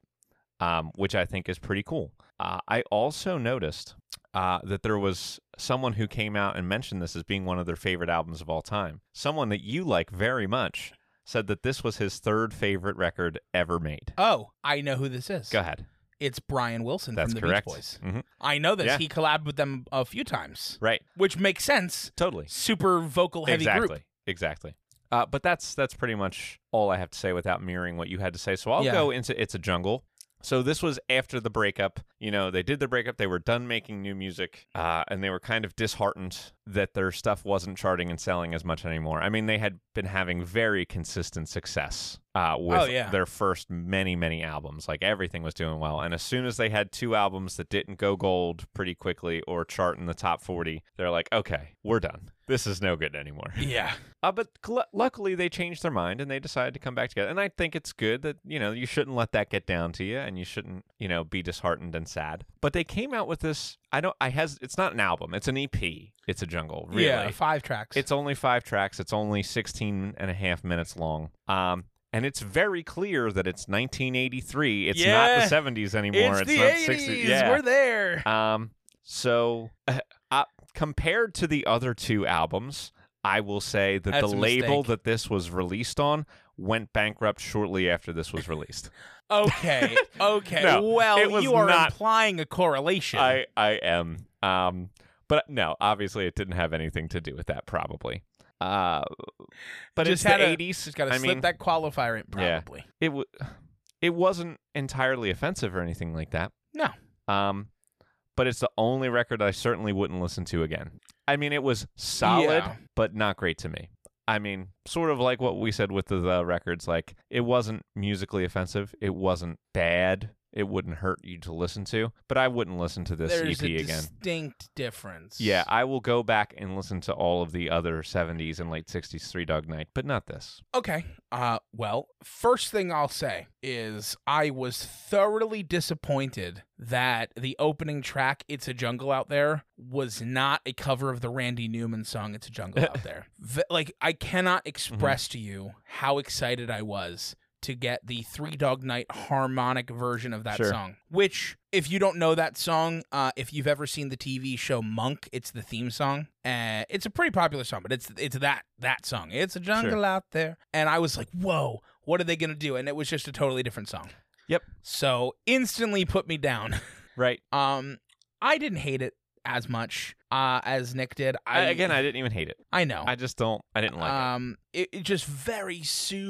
B: um, which I think is pretty cool. Uh, I also noticed uh, that there was someone who came out and mentioned this as being one of their favorite albums of all time. Someone that you like very much said that this was his third favorite record ever made.
A: Oh, I know who this is.
B: Go ahead.
A: It's Brian Wilson
B: That's
A: from the
B: correct.
A: Beach Boys.
B: Mhm.
A: I know this.
B: Yeah.
A: He collabed with them a few times,
B: Right.
A: which makes sense.
B: Totally.
A: Super vocal heavy
B: exactly.
A: group.
B: Exactly. Uh, but that's that's pretty much all I have to say without mirroring what you had to say. So I'll
A: Yeah.
B: go into it's a jungle. So this was after the breakup. You know, they did the breakup. They were done making new music, uh, and they were kind of disheartened that their stuff wasn't charting and selling as much anymore. I mean, they had been having very consistent success uh, with
A: Oh, yeah.
B: their first many many albums. Like everything was doing well, and as soon as they had two albums that didn't go gold pretty quickly or chart in the top forty, they're like, okay, we're done. This is no good anymore.
A: Yeah.
B: Uh, but cl- luckily, they changed their mind and they decided to come back together. And I think it's good that, you know, you shouldn't let that get down to you and you shouldn't, you know, be disheartened and sad. But they came out with this. I don't, I has, it's not an album, it's an EP. It's a jungle, really.
A: Yeah. Five tracks.
B: It's only five tracks, it's only 16 and a half minutes long. Um, and it's very clear that it's 1983. It's
A: Yeah.
B: not the 70s anymore. It's, not 60s. Yeah.
A: We're there.
B: Um, so uh, uh, compared to the other two albums, I will say that
A: That's a
B: the label
A: mistake.
B: that this was released on went bankrupt shortly after this was released.
A: Okay. Okay.
B: No,
A: well,
B: it was
A: you are
B: not-
A: implying a correlation.
B: I I am. Um, but no, obviously it didn't have anything to do with that. Probably. Uh, but
A: Just
B: it's
A: had
B: the
A: a-
B: eighties.
A: Just got to
B: I
A: slip
B: mean,
A: that qualifier in,
B: Yeah.
A: probably.
B: it w- it wasn't entirely offensive or anything like that.
A: No.
B: Um, but it's the only record I certainly wouldn't listen to again. I mean, it was solid,
A: Yeah.
B: but not great to me. I mean, sort of like what we said with the, the records. Like, it wasn't musically offensive. It wasn't bad. It wouldn't hurt you to listen to. But I wouldn't listen to this
A: There's
B: EP
A: a
B: again.
A: distinct difference.
B: Yeah, I will go back and listen to all of the other 70s and late 60s Three Dog Night, but not this.
A: Okay. Uh well, first thing I'll say is I was thoroughly disappointed that the opening track It's a Jungle Out There was not a cover of the Randy Newman song It's a Jungle Out There. V- like I cannot express to you how excited I was to get the Three Dog Night harmonic version of that
B: Sure.
A: song, which if you don't know that song, uh, if you've ever seen the TV show Monk, it's the theme song. Uh, it's a pretty popular song, but it's it's that that song. It's a jungle out there, and I was like, whoa, what are they gonna do? And it was just a totally different song.
B: Yep.
A: So instantly put me down.
B: Right.
A: Um, I didn't hate it as much uh, as Nick did.
B: I,
A: I
B: again, I didn't even hate it.
A: I know.
B: I just don't, I didn't like it.
A: um, it, it just very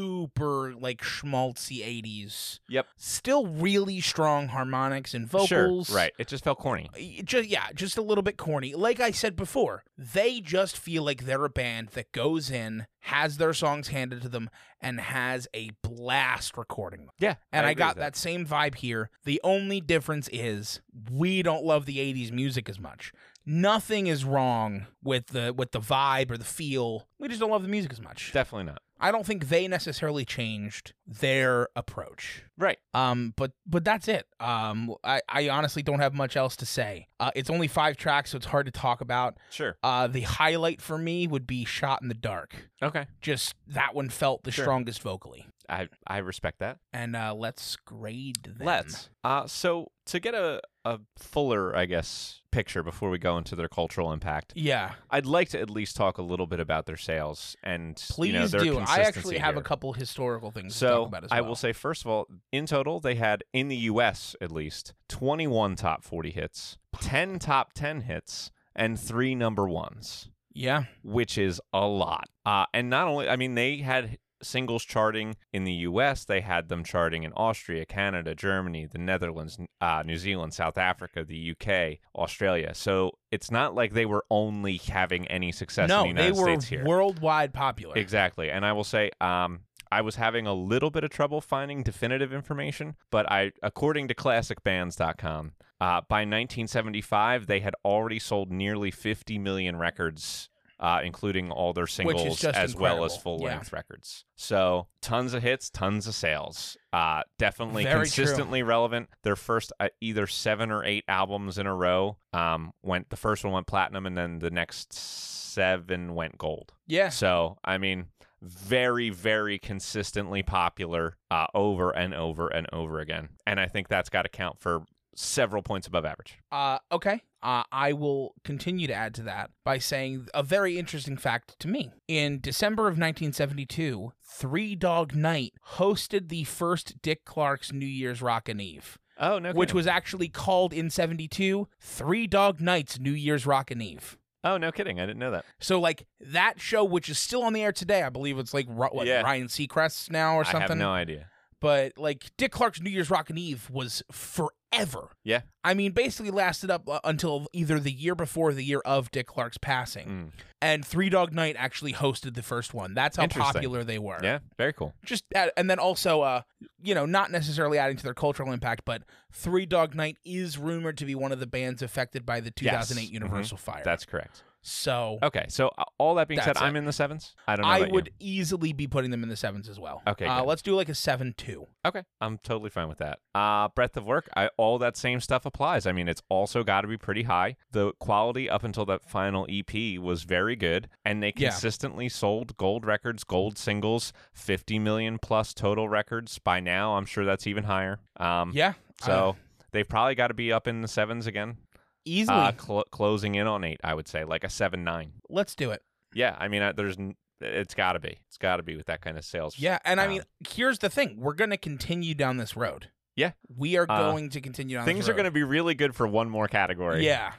A: super like schmaltzy '80s.
B: Yep.
A: Still really strong harmonics and vocals.
B: Sure, right. It just felt corny.
A: just yeah, just a little bit corny. Like I said before, they just feel like they're a band that goes in, has their songs handed to them, and has a blast recording them.
B: Yeah.
A: And I,
B: agree
A: got
B: with
A: that same vibe here. The only difference is we don't love the '80s music as much. Nothing is wrong with the with the vibe or the feel. We just don't love the music as much.
B: Definitely not.
A: I don't think they necessarily changed their approach.
B: Right.
A: Um, but but that's it. Um, I, I honestly don't have much else to say. Uh, it's only five tracks, so it's hard to talk about.
B: Sure.
A: Uh, the highlight for me would be "Shot in the Dark."
B: Okay.
A: Just that one felt the
B: Sure.
A: strongest vocally.
B: I I respect that.
A: And uh, let's grade them.
B: Uh, so to get a a fuller, I guess, picture before we go into their cultural impact,
A: Yeah,
B: I'd like to at least talk a little bit about their sales and
A: please
B: you know, their
A: do. I
B: consistency
A: actually have a
B: here.
A: couple historical things to
B: So
A: talk about as well.
B: I will say, first of all, in total, they had in the U.S. at least 21 top 40 hits, 10 top 10 hits, and three number ones.
A: yeah,
B: which is a lot. Uh, and not only, I mean, they had singles charting in the US, they had them charting in Austria, Canada, Germany, the Netherlands, uh, New Zealand, South Africa, the UK, Australia. So it's not like they were only having any success
A: no,
B: in the
A: they
B: United
A: were
B: States here.
A: worldwide popular.
B: Exactly. And I will say, um, I was having a little bit of trouble finding definitive information, but I, according to classicbands.com, uh, by 1975, they had already sold nearly 50 million records, uh, including all their singles
A: just
B: as well as
A: incredible.
B: full
A: Yeah.
B: length records. So tons of hits, tons of sales. Uh, definitely
A: Very true.
B: consistently relevant. Their first uh, either seven or eight albums in a row um, went, the first one went platinum, and then the next seven went gold.
A: yeah,
B: So, I mean, very, very consistently popular uh, over and over and over again. And I think that's got to count for several points above average.
A: Uh, okay. Uh, I will continue to add to that by saying a very interesting fact to me. In December of 1972, Three Dog Night hosted the first Dick Clark's New Year's Rockin' Eve,
B: Oh, no.
A: which was actually called in 72 Three Dog Night's New Year's Rockin' Eve.
B: oh, no kidding. I didn't know that.
A: So, like, that show, which is still on the air today, I believe it's like Ru- what,
B: Yeah.
A: Ryan Seacrest now or
B: I
A: something
B: have no idea.
A: but like Dick Clark's New Year's Rockin' Eve was forever.
B: Yeah.
A: I mean, basically lasted up uh, until either the year before or the year of Dick Clark's passing.
B: Mm.
A: And Three Dog Night actually hosted the first one. That's how
B: Interesting.
A: popular they were.
B: Yeah, very cool.
A: Just uh, and then also, uh, you know, not necessarily adding to their cultural impact, but Three Dog Night is rumored to be one of the bands affected by the 2008
B: Mhm.
A: Universal fire.
B: That's correct.
A: so
B: Okay, so uh, all that being said,
A: That's it.
B: I'm in the sevens. I don't know.
A: I
B: about you.
A: would easily be putting them in the sevens as well.
B: Okay,
A: uh,
B: good.
A: let's do like a seven two.
B: Okay, I'm totally fine with that. Uh, breadth of work, I, all that same stuff applies. I mean, it's also got to be pretty high. The quality up until that final EP was very good, and they
A: Yeah.
B: consistently sold gold records, gold singles, 50 million plus total records. By now, I'm sure that's even higher. Um,
A: Yeah.
B: So
A: uh,
B: they've probably got to be up in the sevens again,
A: easily.
B: uh, cl- closing in on eight, I would say, like a seven nine.
A: let's do it.
B: Yeah, I mean, I, there's n- it's got to be. It's got to be with that kind of sales.
A: Yeah, and I
B: Um,
A: mean, here's the thing: we're going to continue down this road.
B: Yeah.
A: we are
B: Uh,
A: going to continue down.
B: Things
A: this
B: are
A: road.
B: going to be really good for one more category.
A: Yeah,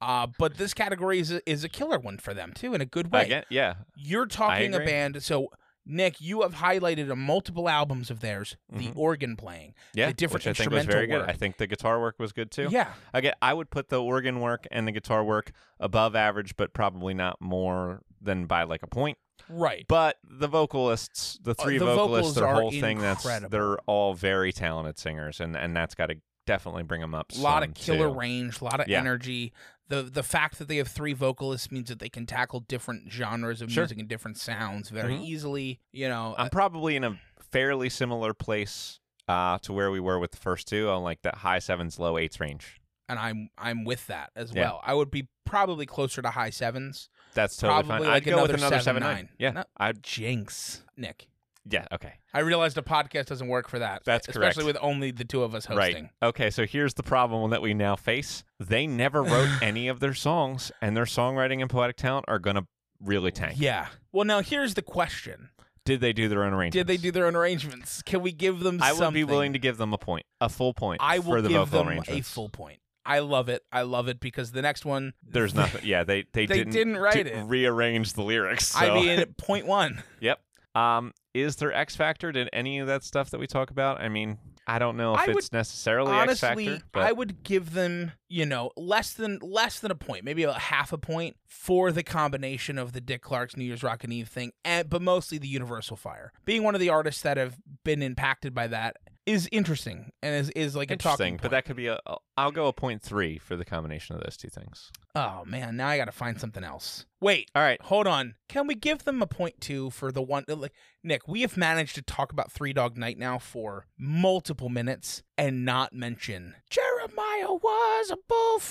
A: uh, but this category is a, is a killer one for them too, in a good way.
B: Again, yeah.
A: You're talking a
B: agree.
A: band, so Nick, you have highlighted on multiple albums of theirs the
B: Mhm.
A: organ playing.
B: Yeah.
A: The different
B: which I think was
A: instrumental
B: very good.
A: work.
B: I think the guitar work was good too.
A: Yeah,
B: Again, I would put the organ work and the guitar work above average, but probably not more than by like a point.
A: right.
B: But the vocalists, the three
A: Uh, the vocals
B: vocalists, their
A: are
B: whole thing, that's
A: incredible.
B: they're all very talented singers, and and that's got to definitely bring them up.
A: A lot
B: some,
A: of killer
B: too.
A: range, a lot of
B: Yeah.
A: energy. The the fact that they have three vocalists means that they can tackle different genres of
B: Sure.
A: music and different sounds very
B: Mhm.
A: easily. You know,
B: I'm probably in a fairly similar place uh, to where we were with the first two on like that high sevens, low eights range.
A: and I'm I'm with that as
B: Yeah.
A: well. I would be probably closer to high sevens.
B: That's totally
A: Probably
B: fine.
A: like
B: I'd go with
A: another
B: another
A: seven,
B: seven nine.
A: nine.
B: Yeah,
A: No.
B: I'd
A: Jinx, Nick.
B: yeah okay.
A: I realized the podcast doesn't work for that.
B: That's
A: especially
B: correct.
A: with only the two of us hosting.
B: Right. Okay, so here's the problem that we now face. They never wrote any of their songs, and their songwriting and poetic talent are going to really tank.
A: Yeah. Well, now here's the question:
B: Did they do their own arrangements?
A: Did they do their own arrangements? Can we give them?
B: I
A: something?
B: would be willing to give them a point, a full point
A: I will
B: for the
A: give
B: vocal
A: them a
B: arrangements.
A: full point. I love it. I love it because the next one.
B: There's nothing. Yeah, they they,
A: They
B: didn't,
A: didn't write
B: do-
A: it.
B: Rearrange the lyrics. So.
A: I mean, at point one.
B: yep. Um, is there X Factor? Did any of that stuff that we talk about? I mean, I don't know if
A: I would-
B: it's necessarily X
A: Honestly,
B: Factor, but
A: I would give them, you know, less than less than a point, maybe about half a point for the combination of the Dick Clark's New Year's Rockin' Eve thing, and but mostly the Universal Fire. Being one of the artists that have been impacted by that is interesting and is is like a
B: interesting.
A: talking.
B: But that could be a. I'll go a point three for the combination of those two things.
A: that. Oh man, now I got to find something else. Wait,
B: All right.
A: hold on. Can we give them a point two for the one? Like, Nick, we have managed to talk about Three Dog Night now for multiple minutes and not mention Jeremiah was a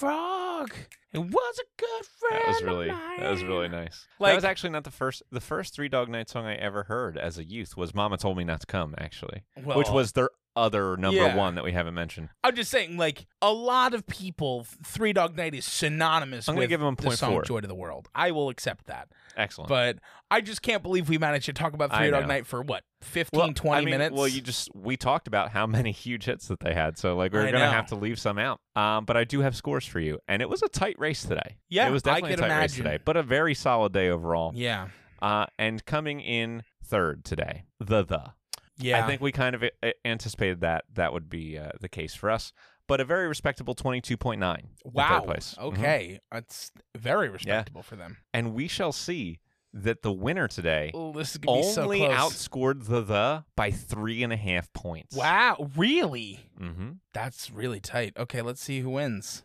A: bullfrog. It was a good friend.
B: That was
A: of
B: really that was really
A: mine.
B: nice.
A: Like-
B: that was actually not the first the first Three Dog Night song I ever heard as a youth was Mama Told Me Not to Come actually,
A: Well,
B: which was their other number
A: Yeah.
B: 1 that we haven't mentioned.
A: I'm just saying, like a lot of people, Three Dog Night is synonymous.
B: I'm gonna
A: with
B: give 'em
A: the
B: point
A: song
B: four.
A: "Joy to the World." I will accept that,
B: Excellent.
A: but I just can't believe we managed to talk about
B: I
A: Three Dog
B: know.
A: Night for what 15,
B: well,
A: 20
B: I mean,
A: minutes.
B: Well, you just we talked about how many huge hits that they had, so like
A: I
B: we're gonna
A: know.
B: have to leave some out. Um, but I do have scores for you, and it was a tight race today.
A: Yeah,
B: it was
A: I
B: definitely a
A: could
B: tight race
A: imagine.
B: today, but a very solid day overall.
A: yeah,
B: Uh, and coming in third today, the the.
A: yeah.
B: I think we kind of a- anticipated that that would be uh, the case for us, but a very respectable 22.9. in
A: Wow.
B: Third place. Mhm.
A: Okay. That's very respectable for them.
B: And we shall see that the winner today
A: Oh, this is gonna be so
B: only
A: close.
B: outscored the the by three and a half points.
A: wow. Really?
B: hmm
A: That's really tight. Okay, let's see who wins.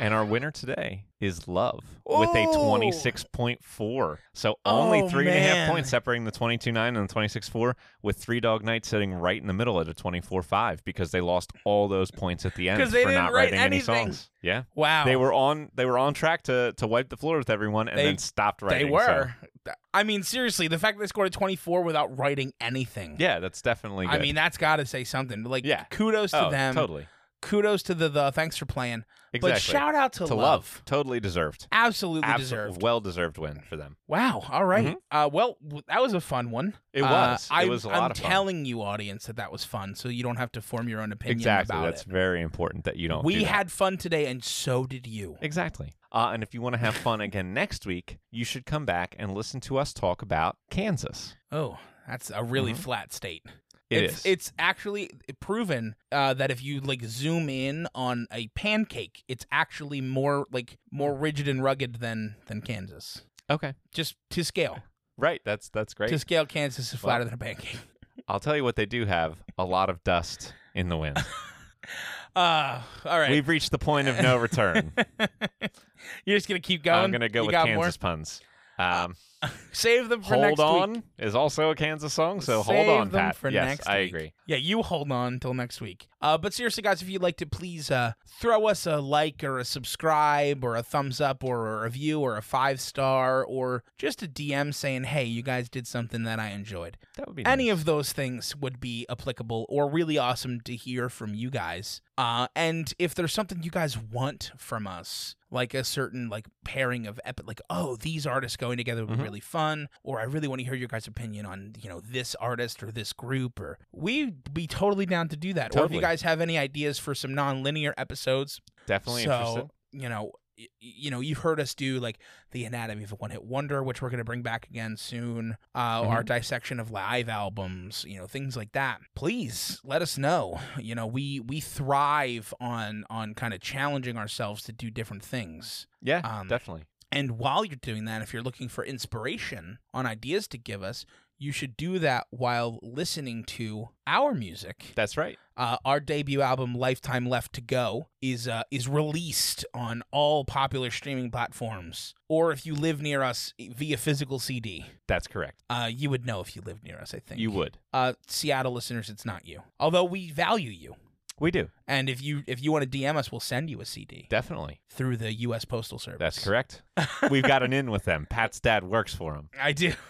B: And our winner today is Love with a
A: Oh.
B: 26.4. So only
A: Oh,
B: three and a half
A: man.
B: points separating the 22.9 and the 26.4, with Three Dog Night sitting right in the middle at a 24.5 because they lost all those points at the end
A: 'Cause they
B: for
A: didn't
B: not
A: write
B: writing any
A: anything.
B: songs. Yeah.
A: Wow.
B: They were on they were on track to to wipe the floor with everyone and
A: They-
B: then stopped
A: They
B: writing. so-
A: were. Th- I mean, seriously, the fact that they scored a 24 without writing anything.
B: yeah, that's definitely good.
A: I mean, that's got to say something. Like,
B: Yeah.
A: kudos to
B: oh,
A: them.
B: totally.
A: Kudos to the, the thanks for playing.
B: Exactly.
A: But shout out to,
B: to love. Totally deserved.
A: Absolutely
B: Abso-
A: deserved.
B: Well deserved win for them.
A: Wow. All
B: Mm-hmm.
A: right. Uh, well, w- that was a fun one.
B: It
A: Uh,
B: was.
A: I,
B: it was a
A: I'm
B: lot of fun.
A: telling you, audience, that that was fun, so you don't have to form your own opinion
B: exactly.
A: about
B: That's
A: it.
B: very important that you don't. do
A: we
B: that.
A: had fun today, and so did you.
B: Exactly. Uh, and if you want to have fun again next week, you should come back and listen to us talk about Kansas.
A: Oh, that's a really
B: Mhm.
A: flat state.
B: It
A: it's,
B: is.
A: It's actually proven uh, that if you like zoom in on a pancake, it's actually more like more rigid and rugged than than Kansas.
B: okay.
A: Just to scale.
B: Right. That's that's great.
A: To scale, Kansas is flatter than a pancake.
B: I'll tell you what they do have: a lot of dust in the wind.
A: Uh, all right.
B: We've reached the point of no return.
A: You're just gonna keep going.
B: I'm gonna go
A: you
B: with
A: got
B: Kansas
A: more?
B: puns. Um,
A: Save them for
B: hold
A: next
B: on
A: week.
B: is also a Kansas song, so
A: Save
B: hold on,
A: them
B: Pat.
A: for
B: yes,
A: next
B: I
A: week.
B: agree.
A: Yeah, you hold on until next week. Uh, but seriously, guys, if you'd like to please uh, throw us a like or a subscribe or a thumbs up or a review or a five star or just a DM saying, hey, you guys did something that I enjoyed.
B: That would be
A: Any
B: nice.
A: of those things would be applicable or really awesome to hear from you guys. Uh, and if there's something you guys want from us, like a certain like pairing of epic, like oh these artists going together would be
B: Mhm.
A: really fun, or I really want to hear your guys' opinion on you know this artist or this group, or we'd be totally down to do that. Or if you
B: Totally.
A: guys have any ideas for some non-linear episodes,
B: definitely
A: so
B: interested.
A: you know y- you know you've heard us do like the anatomy of a one hit wonder which we're going to bring back again soon uh
B: Mm-hmm.
A: our dissection of live albums you know things like that please let us know you know we we thrive on on kind of challenging ourselves to do different things
B: Yeah,
A: um,
B: definitely.
A: and while you're doing that if you're looking for inspiration on ideas to give us you should do that while listening to our music
B: That's right.
A: uh, our debut album, Lifetime Left to Go, is uh, is released on all popular streaming platforms. Or if you live near us e, via physical CD,
B: That's correct.
A: uh, you would know if you live near us. I think
B: You would.
A: Uh, Seattle listeners, it's not you. Although we value you,
B: We do.
A: and if you if you want to DM us, we'll send you a CD
B: Definitely.
A: through the U.S. Postal Service.
B: That's correct. We've got an in with them. Pat's dad works for him.
A: I do.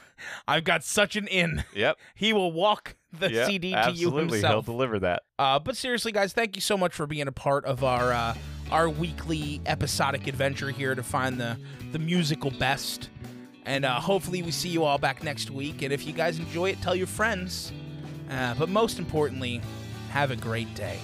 A: I've got such an in.
B: Yep.
A: He will walk the
B: yep,
A: CD to
B: absolutely.
A: you himself.
B: He'll deliver that.
A: Uh, but seriously, guys, thank you so much for being a part of our uh, our weekly episodic adventure here to find the the musical best. And uh, hopefully, we see you all back next week. And if you guys enjoy it, tell your friends. Uh, but most importantly, have a great day.